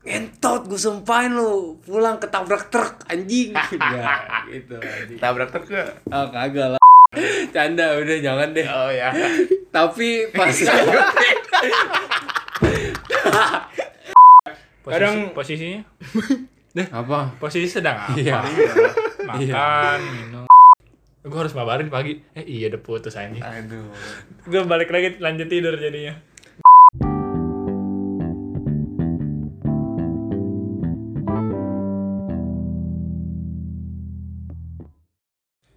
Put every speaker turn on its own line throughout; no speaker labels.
entot gue sumpahin lu pulang ketabrak truk anjing ya gitu anjing
Tabrak truk nggak?
ah kagak lah canda udah jangan deh
Oh ya.
tapi pas
Posisi,
Kadang-
posisinya
apa
posisi sedang apa
Iya.
Iya.
makan minum gue harus mabarin pagi eh iya udah putus anjing
Aduh.
gue balik lagi lanjut tidur jadinya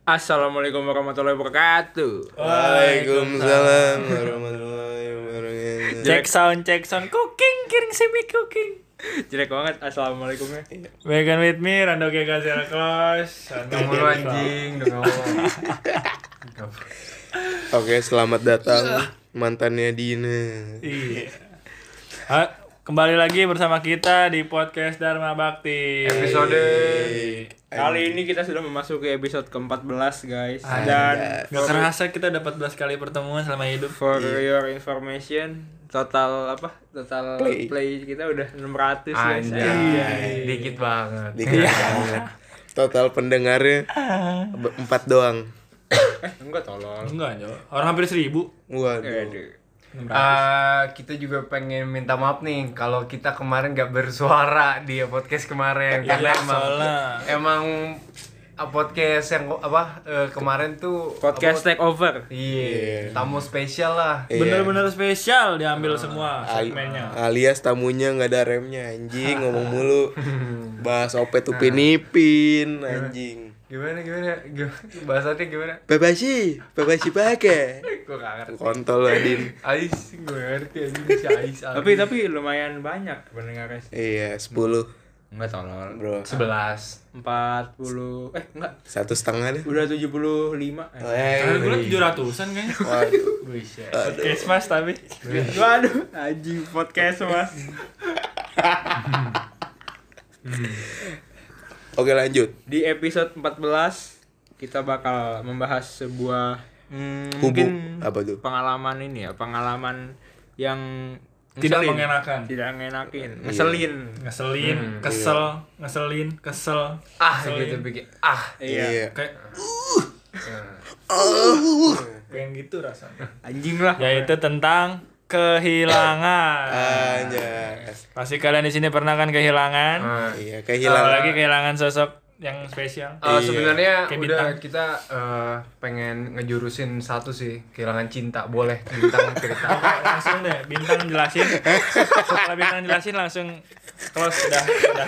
Assalamualaikum warahmatullahi wabarakatuh.
Waalaikumsalam warahmatullahi wabarakatuh.
Cek sound, cek sound, cooking, kiring semi cooking. Jelek banget assalamualaikumnya.
Iya,
Weekend with me, Rando Gega Zero Close Rando
Mulu anjing, dong.
Oke, selamat datang mantannya Dina.
Iya Ha, Ah, Kembali lagi bersama kita di podcast Dharma Bakti
Episode iya.
Kali ini kita sudah memasuki episode ke-14 guys.
Anjay.
Dan
Gak kerasa kita dapat 14 kali pertemuan selama hidup
for your information, total apa? Total
Play.
play, kita udah 600 guys.
Anjay, dikit banget. Iya.
Dikit banget. Total pendengarnya be- empat doang.
Eh, enggak tolol.
Enggak, Jo. orang hampir seribu
Waduh.
Aduh.
Ah, kita juga pengen minta maaf nih kalau kita kemarin gak bersuara di podcast kemarin karena emang
Iya, soalnya.
emang ah, podcast yang apa eh, kemarin tuh
Podcast
apa-
take over.
iya tamu spesial lah
Iya.
Bener-bener spesial diambil semua segmennya
alias tamunya nggak ada remnya anjing ngomong mulu bahas opet upin ipin anjing
gimana gimana gimana bahasanya gimana
babasi babasi pakai
gue gak ngerti
kontol lah din
Ais gue ngerti anjing si Ais
Tapi tapi lumayan banyak pendengarnya sih.
iya sepuluh
enggak tolol
bro
11
40 eh enggak,
satu setengah deh
udah 75. Eh.
Oh,
Terakhir gue
Wey.
tujuh ratusan kayaknya
Waduh.
Christmas tapi
Waduh, anjing podcast Mas.
oke lanjut
Di episode 14 kita bakal membahas sebuah hmm,
kubu
mungkin
apa tuh
pengalaman ini ya, pengalaman yang
Tidak
ngeselin.
mengenakan.
Tidak ngenakin,
Iya.
ngeselin.
Ngeselin, kesel, ngeselin, kesel
ah gitu bikin ah
Iya.
Kayak Pengen gitu rasanya
Anjing lah.
Yaitu tentang
Ah.
kehilangan
Anjay.
Pasti kalian di sini pernah kan kehilangan
Ah.
Apalagi
iya kehilangan
kehilangan sosok yang spesial
Eh, sebenarnya
Kayak
udah
bintang.
kita eh, pengen ngejurusin satu sih kehilangan cinta boleh bintang cerita
langsung deh bintang jelasin setelah bintang jelasin langsung close udah udah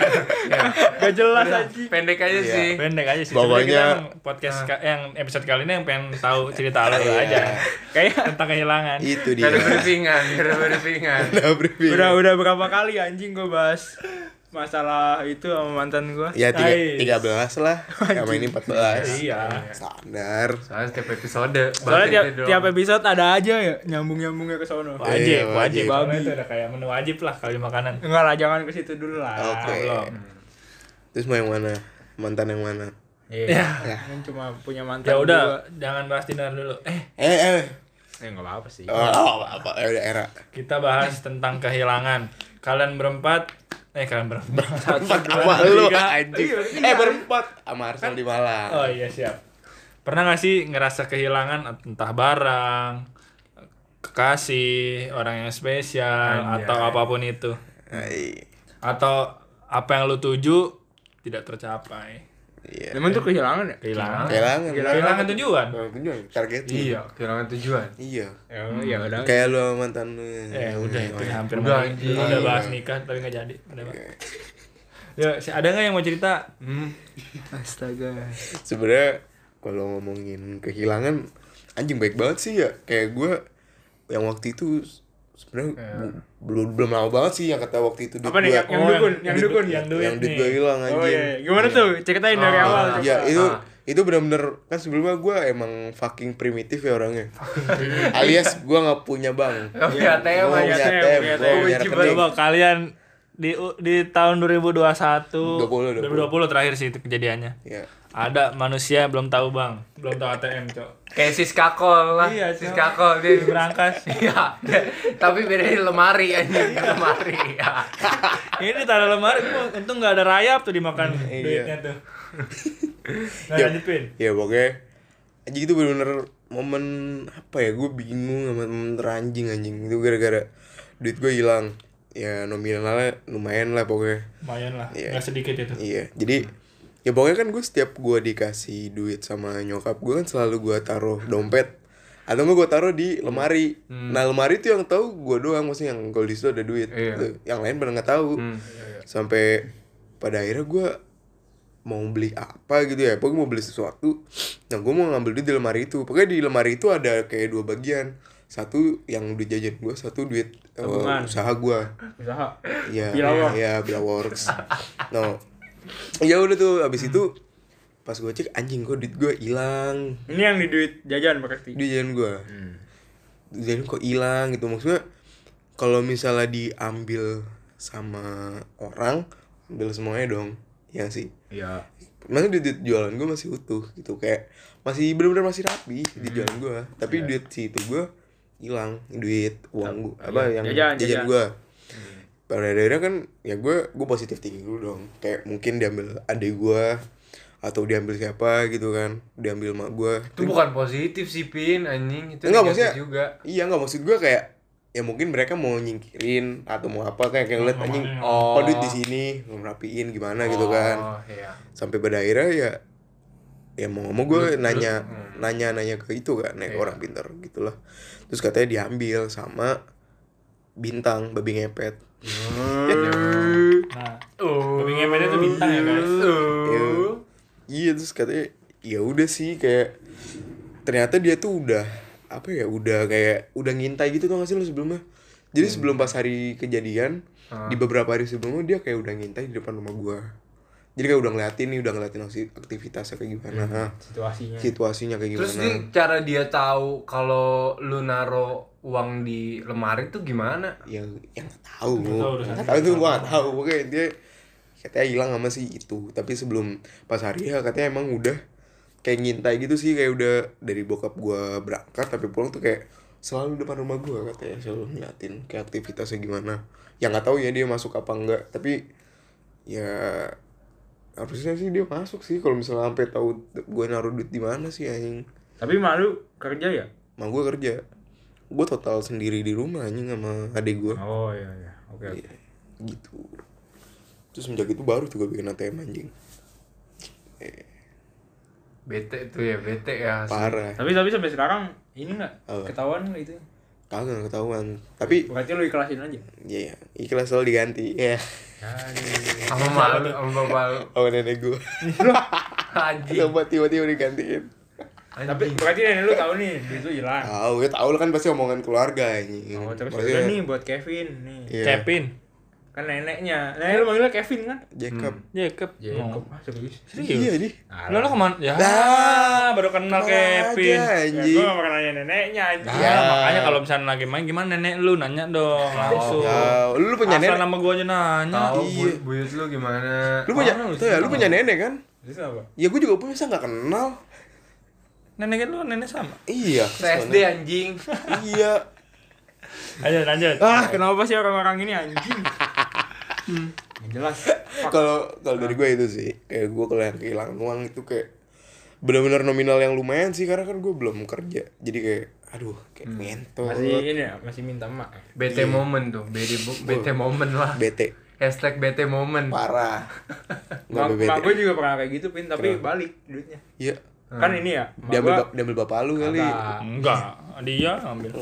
Gak jelas anjing.
pendek aja sih
pendek aja sih
Pokoknya-
Sebenarnya kita yang podcast ka- yang episode kali ini yang pengen tahu cerita lo aja
Kayak
tentang kehilangan
Iya. itu
Gak
dia
ada briefingan gak ada briefingan
Nah, briefing.
udah udah berapa kali anjing gue bahas masalah itu sama mantan gue.
ya tiga,
Nice.
13 lah sama ini 14
iya
standar
soalnya setiap episode
Soalnya
bahas
tiap,
itu doang.
tiap episode ada aja ya nyambung-nyambungnya ke sono.
Iya,
wajib wajib Iya.
wajib.
Soalnya itu udah kayak menu wajib lah kalau di makanan
Enggak lah, jangan ke situ dulu lah.
oke
belum.
terus mau yang mana mantan yang mana
Iya.
Ya.
Kan cuma punya mantan.
ya udah
dua.
jangan bahas dinner dulu eh
eh eh
Eh enggak apa-apa
Iya.
sih.
oh, oh, apa eh, udah era
kita bahas tentang kehilangan kalian berempat eh kalian berempat
empat sama lu
tiga.
anjing eh berempat sama Arsenal di Malang
Oh iya siap. Pernah gak sih ngerasa kehilangan entah barang, kekasih, orang yang spesial atau apapun itu?
Hai.
Atau apa yang lu tuju tidak tercapai?
iya
Emang tuh kehilangan ya?
Kehilangan.
kehilangan
Kehilangan tujuan.
target
iya kehilangan tujuan
iya
Ya udah.
kayak lu sama mantan lu
Eh
Iya.
udah itu hampir
Udah,
mau-
anjing.
udah bahas nikah tapi nggak jadi. Udah, Pak. Ya, si- ada nggak yang mau cerita?
Hmm.
Astaga.
sebenarnya kalau ngomongin kehilangan anjing baik banget sih ya kayak gue yang waktu itu sebenarnya bu- belum belum lama banget sih yang kata waktu itu duit
Apa nih,
gua-
yang- yang dukun, yang
duit-
dukun.
yang duit
yang
nih. Oh,
duit
iya.
gue hilang anjing
Oh iya, gimana tuh? Ceritain dari
Ah,
awal.
ya
coba.
itu
Ah.
itu benar-benar kan sebelumnya gue emang fucking primitif ya orangnya alias gue nggak punya bank
Gak punya
gue
ATM
punya
aja
ATM, punya
ATM gue
ATM.
punya
Wajib
rekening
Coba kalian di di tahun 2021
20,
2020 terakhir sih itu kejadiannya.
ya
Ada manusia belum tahu bang, belum tahu ATM cok.
Kayak siskakol lah.
Iya, Cok.
siskakol dia
Di Berangkas.
Iya. Tapi bedanya di lemari anjing, di lemari. Ya.
Ini taruh lemari, gua untung nggak ada rayap tuh dimakan
Hmm, iya.
duitnya tuh. Nah,
Ya.
lanjut pin.
ya pokoknya anjing itu bener-bener momen apa ya gue bingung sama momen teranjing anjing itu gara-gara duit gue hilang ya nominalnya lumayan lah pokoknya
Lumayan lah,
Iya.
nggak sedikit itu.
iya jadi ya pokoknya kan gue setiap gue dikasih duit sama nyokap gue kan selalu gue taruh dompet atau enggak gue taruh di lemari nah lemari tuh yang tahu gue doang maksudnya yang kalau di situ ada duit
Iya.
Tuh, yang lain pada nggak tahu sampai pada akhirnya gue mau beli apa gitu ya pokoknya mau beli sesuatu nah gue mau ngambil duit di lemari itu pokoknya di lemari itu ada kayak dua bagian satu yang duit jajan gue satu duit eh,
Tabungan.
usaha gue
Usaha.
Iya,
Bila
iya,
works.
iya, bila works. No. Ya udah tuh abis itu pas gue cek anjing gue duit gue hilang.
Ini yang di duit jajan berarti.
Duit jajan gue.
Hmm,
Duit jajan kok hilang gitu maksudnya kalau misalnya diambil sama orang ambil semuanya dong. Ya sih.
Iya.
Maksudnya duit, duit jualan gue masih utuh gitu kayak masih bener-bener masih rapi duit jualan gue. Tapi duit si itu gue hilang duit uang gue apa yang
Jajan,
jajan,
jajan.
gue. Pada akhirnya kan ya gue gue positif tinggi dulu dong. Kayak mungkin diambil adik gue atau diambil siapa gitu kan diambil mak gue
Itu bukan positif sih Pin anjing, itu
Enggak,
negatif
maksudnya-
juga.
iya nggak maksud gue kayak ya mungkin mereka mau nyingkirin atau mau apa kayak kayak ngeliat anjing
Oh.
oh. duit di sini mau rapiin gimana gitu kan
Oh, iya.
sampai pada akhirnya ya ya mau ngomong gue nanya nanya nanya ke itu kan nanya ke
Iya.
orang pintar gitulah terus katanya diambil sama bintang babi ngepet
Nah,
Uh.
tapi ngemetnya tuh bintang ya guys.
Ya, iya terus katanya ya udah sih kayak ternyata dia tuh udah apa ya udah kayak udah ngintai gitu tuh gak sih lo sebelumnya jadi sebelum pas hari kejadian di beberapa hari sebelumnya dia kayak udah ngintai di depan rumah gua jadi kayak udah ngeliatin nih udah ngeliatin akti- aktivitasnya kayak gimana Ah.
Situasinya.
situasinya kayak gimana
Terus dia, cara dia tahu kalau lu naro uang di lemari tuh gimana?
ya yang nggak tahu
Nggak tahu udah.
nggak tahu tuh gua nggak tahu pokoknya dia katanya hilang sama si itu tapi sebelum pas hari ya katanya emang udah kayak ngintai gitu sih kayak udah dari bokap gua berangkat tapi pulang tuh kayak selalu depan rumah gua katanya selalu ngeliatin kayak aktivitasnya gimana yang nggak tahu ya dia masuk apa enggak tapi ya harusnya sih dia masuk sih kalau misalnya sampai tahu gue naruh duit di mana sih anjing
Tapi malu kerja ya?
Emang gue kerja gue total sendiri di rumah anjing sama adik gue
Oh iya iya. Oke. oke.
gitu terus semenjak itu baru tuh gue bikin ATM anjing
Bete tuh ya, bete ya.
parah
Tapi tapi sampai sekarang ini enggak
Apa?
ketahuan nggak itu?
kagak ketahuan tapi
Berarti lu ikhlasin aja.
ya ya ikhlas selalu diganti ya
Sama malu, sama bapak lu.
sama nenek gue
Iya.
Anjing.
coba tiba-tiba digantiin
Tapi berarti nenek lu tahu nih duit lu hilang.
tahu ya tahu lah kan pasti omongan keluarga anjing
Oh, terus
Maksudnya,
udah nih buat Kevin nih.
iya.
Kevin,
Kan neneknya. Nenek lu manggilnya Kevin kan?
Jacob
Jacob.
Jacob.
Oh.
Ah, serius.
Hmm.
iya
Serius?
di
Lo lo kemana? Ya,
Lah,
baru kenal
kemana
Kevin.
aja,
Ya,
anjing. Iya.
gue gak pernah nanya neneknya anjing.
Ya,
Ah.
makanya kalau misalnya lagi main gimana nenek lu nanya dong langsung.
Ya, lu punya
Asal
nenek
nama gua aja nanya.
Tahu
Iya.
bu- buyut lu gimana?
lu punya
Mana lu
tuh ya lu punya nenek kan
Terus apa?
ya gue juga punya masa nggak kenal
Nenek lu nenek sama.
iya
SD Oh, anjing.
iya
Lanjut lanjut.
Ah, kenapa sih orang-orang ini anjing? hmm. Jelas.
kalau kalau dari gue itu sih kayak gue kalau yang kehilangan uang itu kayak benar-benar nominal yang lumayan sih karena kan gue belum kerja jadi kayak aduh kayak ngentot
Masih ini ya, masih minta emak.
Bete
Iya.
moment tuh, bete, bete moment lah.
bete
Hashtag bete moment.
parah nggak
Mak,
ambil bete
mak gue juga pernah kayak gitu, Pin, tapi balik duitnya.
iya
Kan ini ya, mak
diambil
gue
ba- diambil bapak lu kali
Kagak.
Enggak, dia ambil.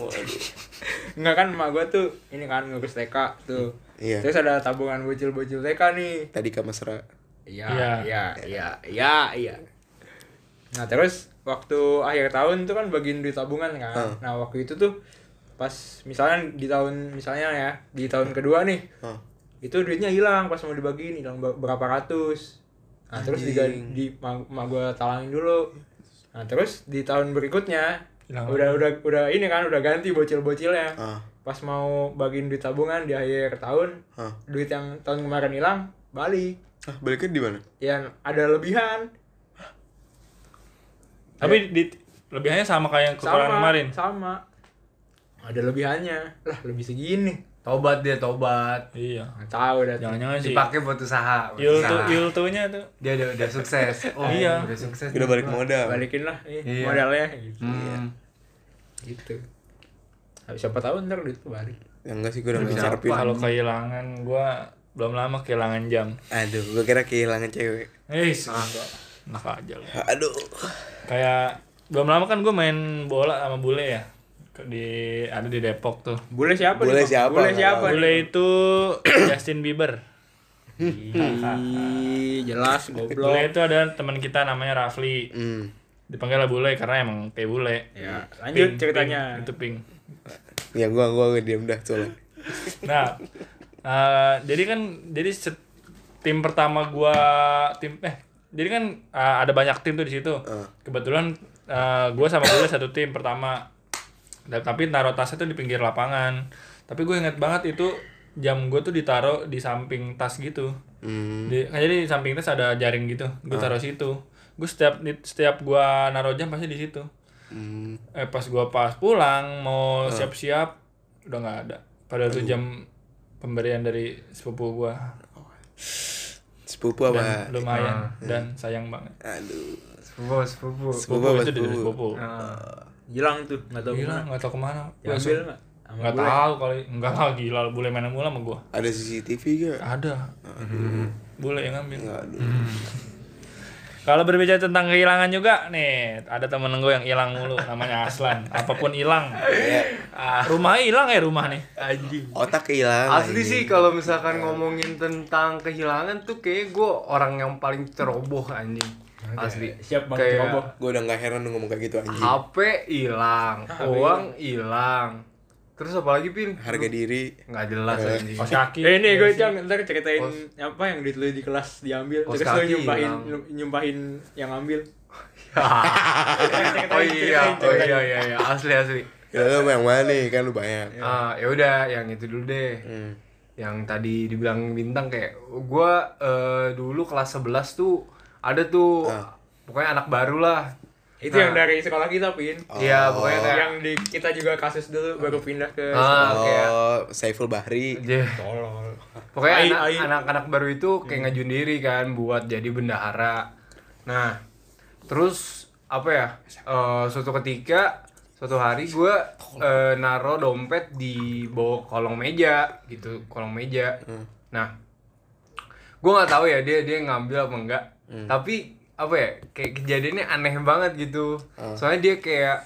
enggak kan mak gue tuh ini kan ngurus TK tuh.
Iya.
Terus ada tabungan bocil-bocil TK nih.
tadi ke mesra
Iya,
Iya.
iya, iya, iya, iya. Nah terus waktu akhir tahun tuh kan bagiin duit tabungan kan.
Hmm.
Nah waktu itu tuh pas misalnya di tahun misalnya ya di tahun kedua nih
Hah.
itu duitnya hilang pas mau dibagiin hilang ba- berapa ratus. Nah terus diga, di ma, ma gue talangin dulu. Nah terus di tahun berikutnya
Hilang
udah udah udah ini kan udah ganti bocil-bocilnya.
ah
Pas mau bagiin duit tabungan di akhir tahun
ah
duit yang tahun kemarin hilang balik
ah baliknya di mana
yang ada lebihan
Tapi di, lebihannya sama kayak yang kekurangan
sama,
kemarin.
Sama. Ada lebihannya. Lah, lebih segini.
Tobat dia tobat.
Iya.
Nggak tahu dah. tuh.
Jangan-jangan sih.
Dipakai buat usaha. buat
Iltu
Nah.
usaha.
iltunya tuh.
Dia udah udah sukses. Iya, Oh,
Iya.
Udah sukses.
Udah balik modal.
Balikin lah eh,
Iya.
modalnya gitu.
Hmm.
gitu. Tapi siapa tahu ntar duit lu balik.
Ya enggak sih gue udah
Bisa
ngecarpin.
apa?
Kalau kehilangan gua belum lama kehilangan jam.
Aduh, gue kira kehilangan cewek.
Eh,
Ah.
enak aja lu.
Aduh.
Kayak belum lama kan gua main bola sama bule ya. Ke- Di ada di Depok tuh.
Boleh siapa?
Boleh
nih, Bang?
siapa?
Boleh
Nggak
siapa?
Bule itu Justin Bieber.
Ih, jelas
Bule
goblok.
itu ada teman kita namanya Rafli.
Hmm.
Dipanggil lah bule karena emang kayak bule.
Ya, lanjut
Pink,
ceritanya.
pink, itu pink.
Ya gua gua diam dah soalnya.
Nah, eh, jadi kan jadi set- tim pertama gua tim eh jadi kan eh, ada banyak tim tuh di situ.
Ah.
Kebetulan eh, gua sama Bule satu tim pertama. Dan- tapi naruh tasnya tuh di pinggir lapangan. Tapi gue inget banget itu jam gue tuh ditaruh di samping tas gitu.
Hmm,
Di, kan jadi di samping tas ada jaring gitu. Gue
Ah.
taruh situ. Gue setiap setiap gua naruh jam pasti di situ.
hmm.
Eh pas gua pas pulang
Ah.
mau siap-siap udah nggak ada. Padahal itu jam pemberian dari sepupu gua
Sepupu apa?
dan lumayan dan sayang banget.
Aduh.
Sepupu, sepupu.
Ah, iya.
Nah.
Sepupu
Sepupu
apa
itu dari
sepupu?
sepupu.
Hilang tuh, nggak tahu
Gila
gimana.
nggak tahu kemana. Gua
Ah, Diambil nggak? Sama
nggak
bule.
tahu kali nggak lah gila boleh main mula sama gua.
Ada CCTV gak?
Ada. Hmm. Boleh yang ngambil. Hmm.
Aduh.
Kalau berbicara tentang kehilangan juga nih, ada temen gue yang hilang mulu namanya Aslan. Apapun hilang. Rumahnya hilang ya rumah nih.
Anjing.
Otak kehilangan.
Asli sih kalau misalkan ngomongin tentang kehilangan tuh kayak gue orang yang paling ceroboh anjing. Asli.
Siap
Kayak
banget ceroboh.
Gue udah gak heran lu ngomong kayak gitu anjing.
HP hilang, uang hilang. Terus apa lagi, Pin?
Harga diri.
Nggak jelas anjing.
Kos kaki.
Eh, ini
Iya
gue itu yang ntar ceritain
Kos-
apa yang duit lu di kelas diambil
Kos
terus lu
kaki
nyumpahin
hilang.
lu- nyumpahin yang ambil.
oh iya, oh iya iya iya, asli asli.
Ya lu yang mana nih? Kan lu banyak.
Ah, ya udah yang itu dulu deh.
Hmm.
Yang tadi dibilang bintang kayak gua eh, dulu kelas 11 tuh ada tuh pokoknya anak baru lah.
Itu
Nah.
yang dari sekolah kita, Pin.
Iya, pokoknya kayak
Yang di kita juga kasus dulu baru pindah ke
ah, kayak
Oh, Saiful Bahri.
Iya.
tolol.
Pokoknya
Ai-
anak-
ai.
anak-anak baru itu kayak ngajuin diri kan buat jadi bendahara. Nah, terus apa ya? eh, suatu ketika, suatu hari gue eh, naro dompet di bawah kolong meja gitu, kolong meja. Nah, gue nggak tahu ya dia dia ngambil apa enggak. Tapi apa ya? Kayak kejadiannya aneh banget gitu. Soalnya dia kayak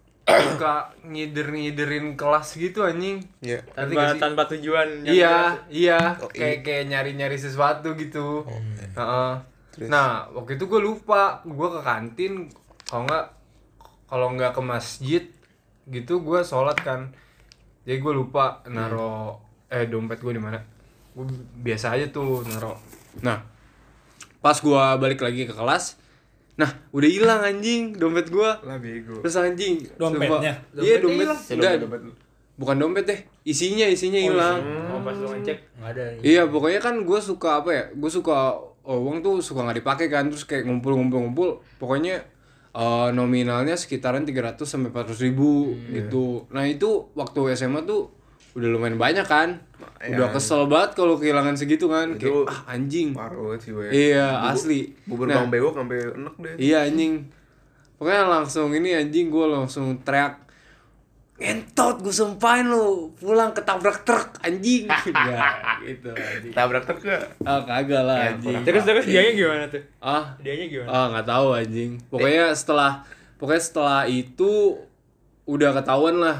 suka ngider-ngiderin kelas gitu anjing.
Ya.
Ngerti nggak
Tanpa
sih?
tanpa tujuan. yang
iya
jelas. ya.
iya kayak kayak nyari nyari sesuatu gitu Heeh. nah waktu itu gue lupa gue ke kantin kalau nggak kalau nggak ke masjid gitu gue sholat kan jadi gue lupa naro eh dompet gue di mana gue biasa aja tuh naro nah pas gue balik lagi ke kelas nah udah hilang anjing dompet gue
Lah bego.
terus anjing
Dompetnya?
sumpah. iya dompet
Dompetnya hilang.
enggak,
Ya, dompet, dompet.
bukan dompet deh isinya isinya hilang
Oh, pas lu ngecek enggak ada.
Iya pokoknya kan gue suka apa ya Gue suka oh, uang tuh suka nggak dipakai kan Terus kayak ngumpul-ngumpul-ngumpul Pokoknya eh, nominalnya sekitaran 300 sampai 400 ribu
Hmm, iya.
gitu Nah itu waktu SMA tuh udah lumayan banyak kan Udah kesel banget kalau kehilangan segitu kan Kayak ah anjing
Parah sih gue.
Iya asli
Bubur
Nah,
Bang Bewok sampai enak deh.
Iya anjing Pokoknya langsung ini anjing gue langsung teriak
Entot gue sumpahin lu pulang ketabrak truk anjing. ya, gitu anjing.
Tabrak truk gak?
Ah kagak lah anjing
Terus terus dianya gimana tuh?
Ah
Dianya gimana?
Ah nggak tahu anjing. Pokoknya setelah pokoknya setelah itu udah ketahuan lah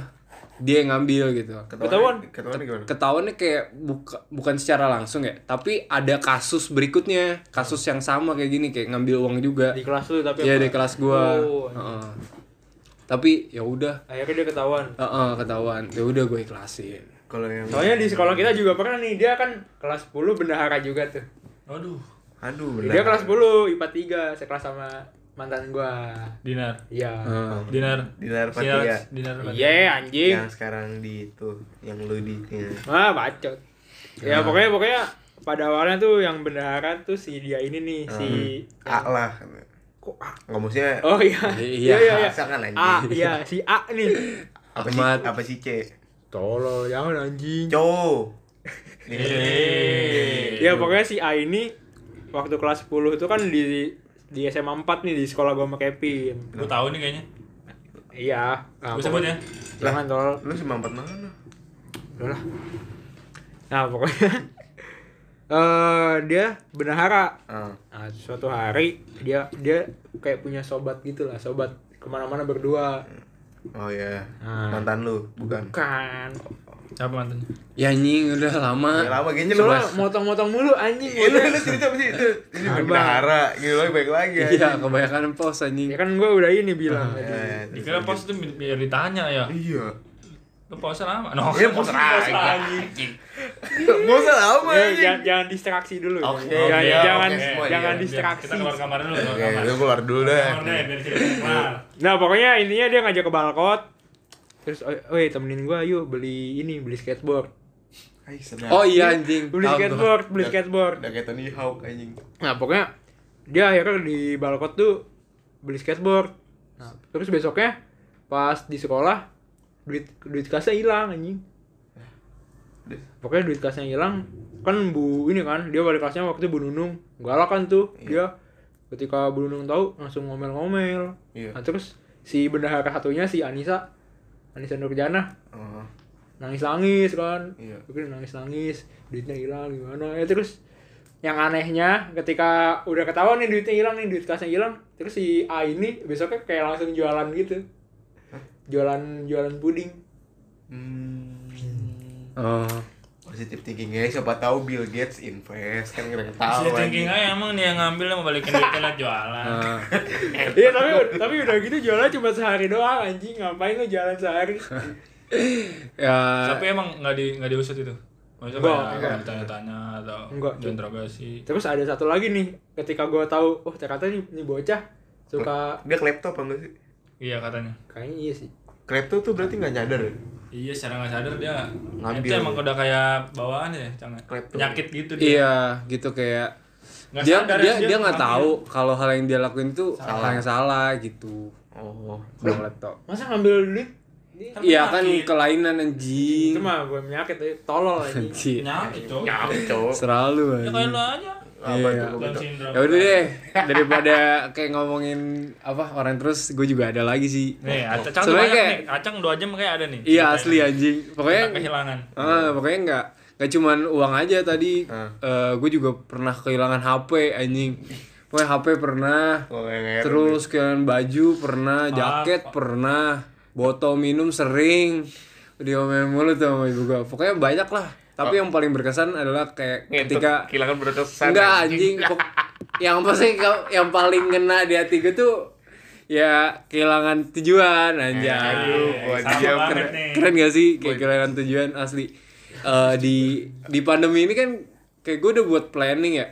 dia yang ngambil gitu.
Ketahuan.
Ketahuan gimana?
Ketahuannya kayak buka, bukan secara langsung ya, tapi ada kasus berikutnya, kasus yang sama kayak gini kayak ngambil uang juga.
Di kelas lu tapi
Iya
apa?
di kelas gua.
Oh, anjing.
Heeh. Tapi ya udah,
akhirnya dia ketahuan.
Heeh, ketahuan. Ya udah gue ikhlasin.
Kalau yang
Soalnya di sekolah kita juga pernah nih, dia kan kelas 10 bendahara juga tuh.
Aduh,
aduh
Dia
benar.
kelas 10 IPA 3 sekelas sama mantan gua.
dinar.
Oh.
Iya.
Dinar.
Dinar
Sinar-
Fatia.
Dinar.
Iya,
Fatia.
anjing.
Yang sekarang di itu, yang lu di
Wah, Ah, bacot. Ya, pokoknya Hmm. pokoknya pada awalnya tuh yang bendahara tuh si dia ini nih, si
A lah.
kok A?
nggak maksudnya
Oh iya.
Iya,
Sangat anjing.
A, iya si A nih.
apa sih
Ahmad.
apa sih C
Tolol, jangan anjing.
cow
Iya.
Ya pokoknya si A ini waktu kelas 10 itu kan di di SMA 4 nih di sekolah gua sama Kevin.
Gue tahu nih kayaknya.
Iya. Nah,
Gue sebut ya.
pokoknya- Jangan tolol.
lu sembilan empat mana
Udah lah. Nah, pokoknya eh dia bendahara.
ah
Nah, suatu hari dia dia kayak punya sobat gitu lah, sobat kemana-mana berdua.
oh ya
Ah.
mantan lu bukan
Bukan.
Siapa mantannya?
Ya anjing udah lama.
Ya, lama kayaknya lu
Soalnya
bahas
motong-motong mulu anjing.
Eh, lu
maunya.
lu cerita apa sih itu ini
Abang.
bendahara gitu lagi baik lagi Eh,
Iya, kebanyakan pos anjing.
Ya kan gua udah ini
Ah,
bilang tadi. Eh,
Dikira pos itu bi- biar ditanya ya.
iya
Lu pausnya lama. No,
Iya,
pause
pausnya
pause
lama.
anjing.
mau lama
Eh, jangan,
anjing
jangan distraksi dulu. ya.
Oke,
Iya,
jangan
oke,
jangan,
oke, semua
jangan
iya.
Biar
distraksi.
Kita keluar kamar dulu. Keluar
Oke,
kamar.
lu keluar dulu deh.
Keluar deh, biar cerita keluar.
Nah, pokoknya intinya dia ngajak ke balkot. Terus, "Woi, temenin gua yuk beli ini, beli skateboard."
Hai, sedap.
Oh iya anjing.
Beli
Tahu tuh.
skateboard, beli
Udah-
skateboard.
Udah kayak Tony Hawk anjing.
Nah pokoknya dia akhirnya di balkot tuh beli skateboard. Nah, terus besoknya pas di sekolah duit duit kasnya hilang anjing. Pokoknya duit kasnya hilang kan Bu ini kan dia balik kelasnya waktu Bu Nunung galak kan tuh dia ketika Bu Nunung tahu langsung ngomel-ngomel.
Iya.
Nah, terus si bendahara satunya si Anissa Anissa Nurjana
Oh,
nangis-nangis kan
Iya.
Mungkin nangis-nangis duitnya hilang gimana ya terus yang anehnya ketika udah ketahuan nih duitnya hilang nih duit kasnya hilang terus si A ini besoknya kayak langsung jualan gitu jualan jualan puding
Hmm.
Oh.
Positive thinking guys, siapa tahu Bill Gates invest kan keren
Masih
tahu.
thinking aja emang dia yang ngambil mau balikin duitnya lah jualan.
Nah.
Ah.
iya tapi tapi udah gitu jualan cuma sehari doang anjing ngapain lu jualan sehari
Ya.
Tapi emang nggak di nggak diusut itu. Maksudnya
Nggak,
kayak
nggak.
ditanya-tanya atau
Nggak.
diinterogasi.
terus ada satu lagi nih ketika gua tahu oh ternyata nih, nih bocah suka
Dia klepto apa enggak sih?
Iya katanya.
kayaknya iya sih
Klepto tuh berarti nggak nyadar ya?
Iya secara nggak sadar dia
Ngambil.
itu emang udah kayak bawaan ya, jangan
Klepto.
penyakit gitu dia.
Iya, gitu kayak
Nggak
dia,
sadar
dia
ya,
dia nggak
ngambil.
tahu kalau hal yang dia lakuin itu hal yang salah gitu.
Oh.
Bang laptop.
masa ngambil duit Ini-
Iya kan
penyakit.
kelainan anjing.
itu mah gue menyakit eh, tolol anjing
Anjing.
Penyakit cowok.
cowok.
Selalu
Ya kayak
anjing.
lu aja.
Iya.
Apa itu?
Down
gua bentuk?
syndrome.
Ya udah deh, daripada kayak ngomongin apa orang terus, gue juga ada lagi sih.
Nih, Acang tuh
Sebenarnya
banyak
kayak-
nih. Acang 2 jam kayak ada nih.
Iya asli anjing.
Tentang
Pokoknya
kehilangan.
Ah, pokoknya nggak nggak cuman uang aja tadi.
Ah.
gue juga pernah kehilangan HP anjing. Pokoknya HP pernah,
Oh, yang heran.
terus kehilangan baju pernah,
Ah,
jaket pernah, botol minum sering. Diomelin mulu tuh sama ibu gue. Pokoknya banyak lah. Tapi yang paling berkesan adalah kayak
Ngentot,
ketika
kehilangan berdosa.
Enggak anjing, Pok- yang pasti kau- yang paling ngena di hati gue tuh ya kehilangan tujuan anjay.
Aduh, gua
sama
diam.
Eh, banget nih.
Keren gak sih kayak kehilangan tujuan asli. Eh, di di pandemi ini kan kayak gue udah buat planning ya.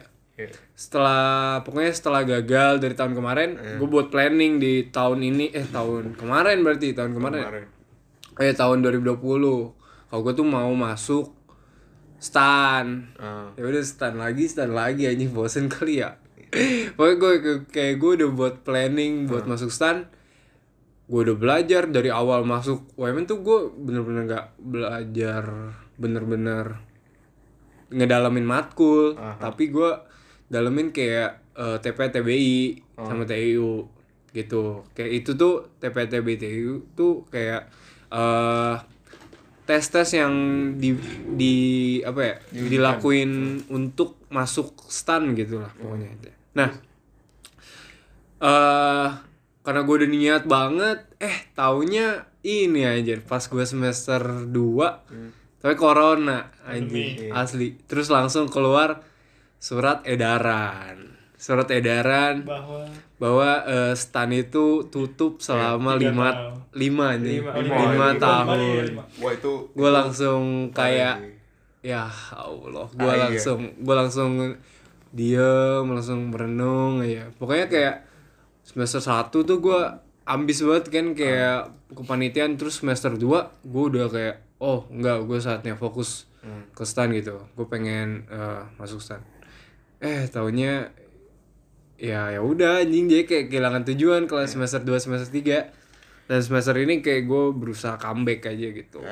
Setelah pokoknya setelah gagal dari tahun kemarin, gue buat planning di tahun ini eh tahun kemarin berarti tahun kemarin. ya?
Kemarin.
Eh tahun 2020. Kalau gue tuh mau masuk stan
Ah.
ya udah stand lagi stand lagi anjing bosen kali ya pokoknya gue kayak gue udah buat planning buat masuk stand gue udah belajar dari awal masuk UMN tuh gue bener-bener gak belajar bener-bener ngedalamin matkul tapi gue dalamin kayak eh, TPTBI sama TIU gitu kayak itu tuh TPTBI TIU tuh kayak eh tes tes yang di di apa ya dilakuin untuk masuk stan gitu lah pokoknya nah eh karena gue udah niat banget eh taunya ini aja pas gue semester 2
Hmm.
tapi corona
Iya.
anjing asli terus langsung keluar surat edaran surat edaran
Bahwa
bahwa eh, stan itu tutup selama
Iya, tiga
lima
tahun. oh, iya.
lima nih lima,
Lima
tahun
Wah, itu
gue langsung kayak ya Allah gue
Ah, iya.
langsung gue langsung diem langsung merenung ya pokoknya kayak semester 1 tuh gue ambis banget kan kayak kepanitiaan terus semester 2 gue udah kayak oh enggak gue saatnya fokus ke stan gitu gue pengen eh, masuk stan eh taunya ya ya udah anjing jadi kayak kehilangan tujuan kelas semester 2 semester 3 dan semester ini kayak gue berusaha comeback aja gitu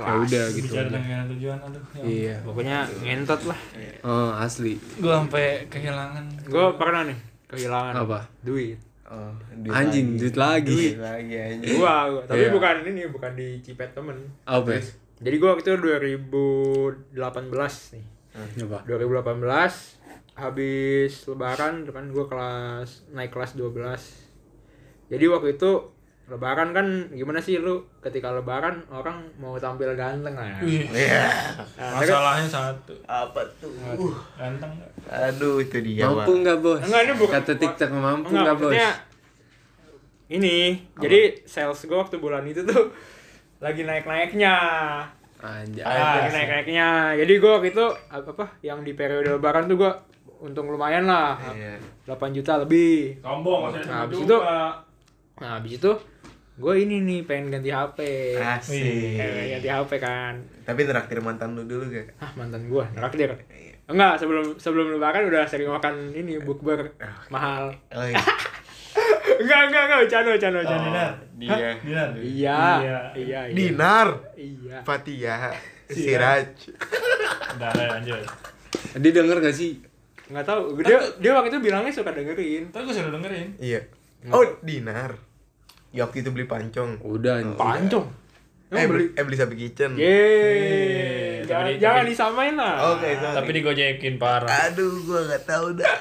ya udah gitu
bicara dengan tujuan aduh ya ampun.
iya
Pokoknya ngentot lah.
oh asli
gua sampai kehilangan
Gue pernah nih kehilangan
Apa?
duit.
Oh,
anjing duit lagi
Duit lagi anjing.
Gua, gua. tapi
Iya.
bukan ini bukan di Cipet temen.
apa ya?
Jadi gua waktu itu 2018 nih.
apa
2018 habis lebaran itu kan gue kelas naik kelas 12 jadi waktu itu lebaran kan gimana sih lu ketika lebaran orang mau tampil ganteng lah
Iya.
ya.
Wih,
Nah, tapi-
masalahnya satu
Iya. Apa tuh?
ganteng nggak?
Aduh, itu dia.
mampu
Bang.
nggak bos
Enggak, ini bukan-
kata tiktok mampu
Oh, Enggak,
nggak bos
maksudnya ini jadi sales gue waktu bulan itu tuh lagi naik-naiknya
anjir
lagi Ah, naik-naiknya jadi gue waktu itu apa, apa yang di periode lebaran tuh gue untung lumayan lah
Iya.
8 juta lebih
sombong maksudnya
Nah,
sama
abis
juga.
itu- Nah, habis itu gue ini nih pengen ganti HP.
Asik.
Eh, ganti HP kan.
Tapi terakhir mantan lu dulu gak?
Ah, mantan gue
Iya.
nakdir. Enggak, sebelum sebelum lebaran udah sering makan ini bukber mahal.
Oh, iya.
Enggak, enggak, enggak, cano,
Oh.
cano, cano.
Dinar.
dia.
Dinar.
Iya,
Iya.
iya, iya.
Dinar,
Iya.
Fatia, Siraj.
Udah lah, ya, lanjut.
dia denger gak sih
Enggak tahu, dia dia waktu itu bilangnya suka dengerin.
Tapi gue sudah dengerin.
Iya. Oh, Dinar. Ya waktu itu beli pancong.
udah anjing.
Pancong.
Iya. Eh
Emang beli.
beli, eh,
Iya.
beli sapi kitchen.
Yeay.
Tapi
Jangan,
di-
jangan
tapi-
disamain lah.
Oke, sorry.
Tapi digojekin parah.
Aduh, gua nggak tahu dah.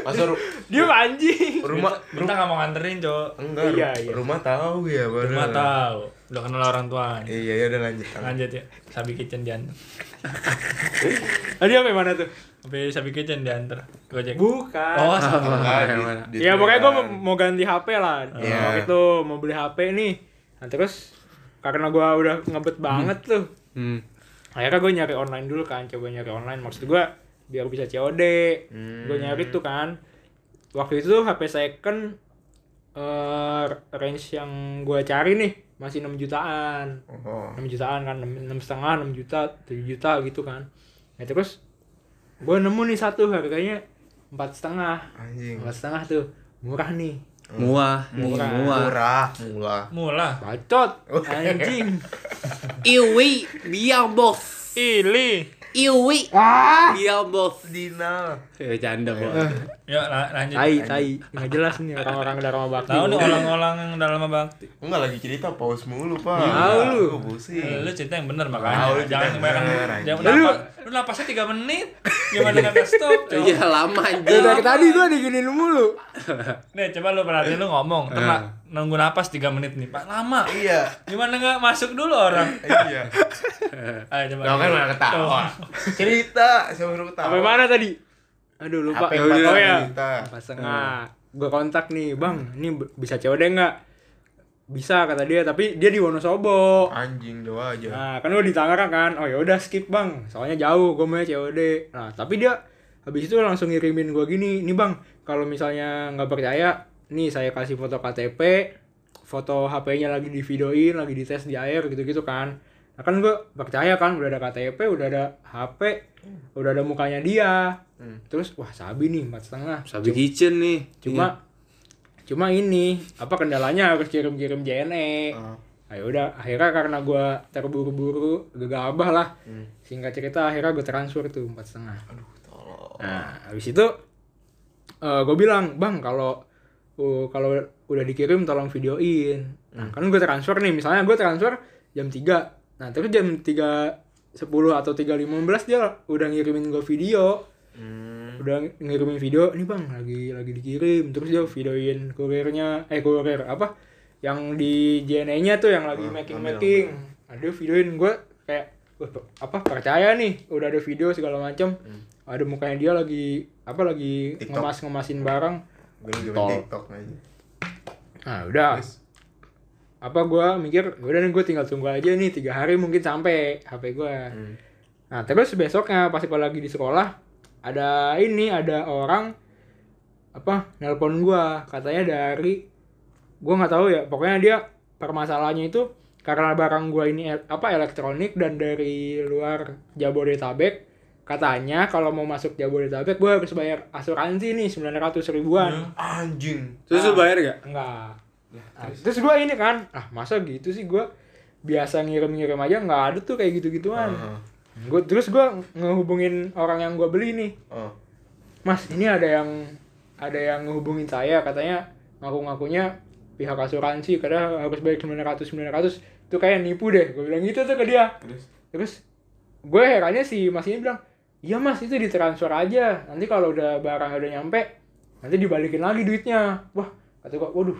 Masa ru-
Dia anjing.
Rumah
Bintang nggak mau nganterin, Cok.
enggak
Iya,
ru-
iya.
rumah tahu ya baru.
Cuma tahu. Udah kenal orang tuanya.
Iya, ya udah lanjut.
Lanjut ya. Sabi Kitchen diantar.
Tadi apa yang Ah, ya, mana tuh?
Tapi Sabi Kitchen diantar. Gojek.
Bukan.
Oh,
Apa,
sama.
yang mana?
Di- di
Ya pokoknya gue
Tuhan.
mau ganti HP lah.
Iya.
Waktu itu mau beli HP nih. Nah terus karena gue udah ngebet banget tuh.
hmm.
Akhirnya gue nyari online dulu kan. Coba nyari online. Maksud gue biar bisa COD. Gue
Hmm.
nyari tuh kan. Waktu itu tuh HP second eh range yang gue cari nih masih 6 jutaan.
Oh.
6 jutaan kan 6, setengah 6 juta 7 juta gitu kan nah terus gue nemu nih satu harganya empat setengah
Anjing.
empat setengah tuh murah nih
muah nih
Murah.
muah
Murah, murah.
Mula.
bacot anjing
iwi biang bos
Ili.
iwi
Ah!
biang bos
Dinar.
ya canda bos
Eh.
Yuk, la- lanjut.
tai tai nggak jelas nih orang-orang dari rumah bakti
Tahu nih orang-orang yang dalam bakti.
Enggak lagi cerita pause mulu, Pak.
Tahu lu.
Gua pusing.
Eh, Lu cerita yang
Iya.
bener
Tahu,
makanya.
lu cerita
Jangan
yang
kebanyakan.
bener, Iya.
Jangan
anjing.
napas. Lu napasnya 3 menit. Gimana kagak stop? Cok?
ya lama anjing
dari tadi gue diginiin mulu
Nih, coba lu perhatiin lu ngomong. Tenang, nunggu napas 3 menit nih. Pak, lama.
Iya.
Gimana nggak masuk dulu orang?
Iya.
Ayo coba.
Kau kan malah ketawa. Cerita, saya baru ketawa.
sampai mana tadi aduh lupa
Apa
ya
yang
udah
patah
oh ya
cerita?
empat setengah gue kontak nih bang ini b- bisa COD nggak bisa kata dia tapi dia di Wonosobo
Anjing doa aja.
Iya.
Nah, kan gue di Tangerang kan. Oh ya udah skip, Bang. Soalnya jauh gue mau COD. Nah, tapi dia habis itu langsung ngirimin gue gini, "Nih, Bang, kalau misalnya nggak percaya, nih saya kasih foto KTP, foto HP-nya lagi di videoin, lagi dites di air gitu-gitu kan." Nah, kan gue percaya kan udah ada KTP, udah ada HP, udah ada mukanya dia. Terus wah sabi nih empat setengah.
sabi Iya. kitchen nih
Cuma cuma ini apa kendalanya harus kirim-kirim E. JNE.
Ah.
Ayo Ah, ya udah akhirnya karena gua terburu-buru gegabah lah. Singkat cerita akhirnya gue transfer tuh empat setengah. Nah habis itu gue bilang bang kalau uh, kalau udah dikirim tolong videoin. Nah kan gue transfer nih misalnya gue transfer jam 3 Nah terus jam 3.10 atau 3.15 dia udah ngirimin gue video
Hmm.
udah ngirimin video nih bang lagi lagi dikirim terus dia videoin kurirnya eh kurir apa yang di JNE nya tuh yang lagi making making ada videoin gue kayak "Wah, per- apa percaya nih udah ada video segala macam ada mukanya dia lagi apa lagi
TikTok.
ngemas ngemasin barang
Gue lagi main
Tol.
TikTok aja.
nah udah
Terus?
apa gue mikir "Ya udah nih gue tinggal tunggu aja nih tiga hari mungkin sampai HP gue nah terus besoknya pas gue lagi di sekolah ada ini ada orang apa nelpon gue katanya dari gue nggak tahu ya pokoknya dia permasalahannya itu karena barang gue ini el- apa elektronik dan dari luar Jabodetabek katanya kalau mau masuk Jabodetabek gue harus bayar asuransi nih 900 ribuan
Anjing.
Terus
Ah.
lu bayar gak?
enggak terus gue ini kan ah masa gitu sih gue biasa ngirim-ngirim aja nggak ada tuh kayak gitu-gituan
Ah,
Gua- terus gue ngehubungin orang yang gue beli nih
ah.
Oh.
Mas, ini ada yang ada yang ngehubungin saya katanya ngaku-ngakunya pihak asuransi karena harus bayar 900 900 itu kayak nipu deh. Gue bilang gitu tuh ke dia. Terus, gue herannya si Mas ini bilang, "Iya Mas, itu ditransfer aja. Nanti kalau udah barang udah nyampe, nanti dibalikin lagi duitnya." Wah, kata gue, "Waduh.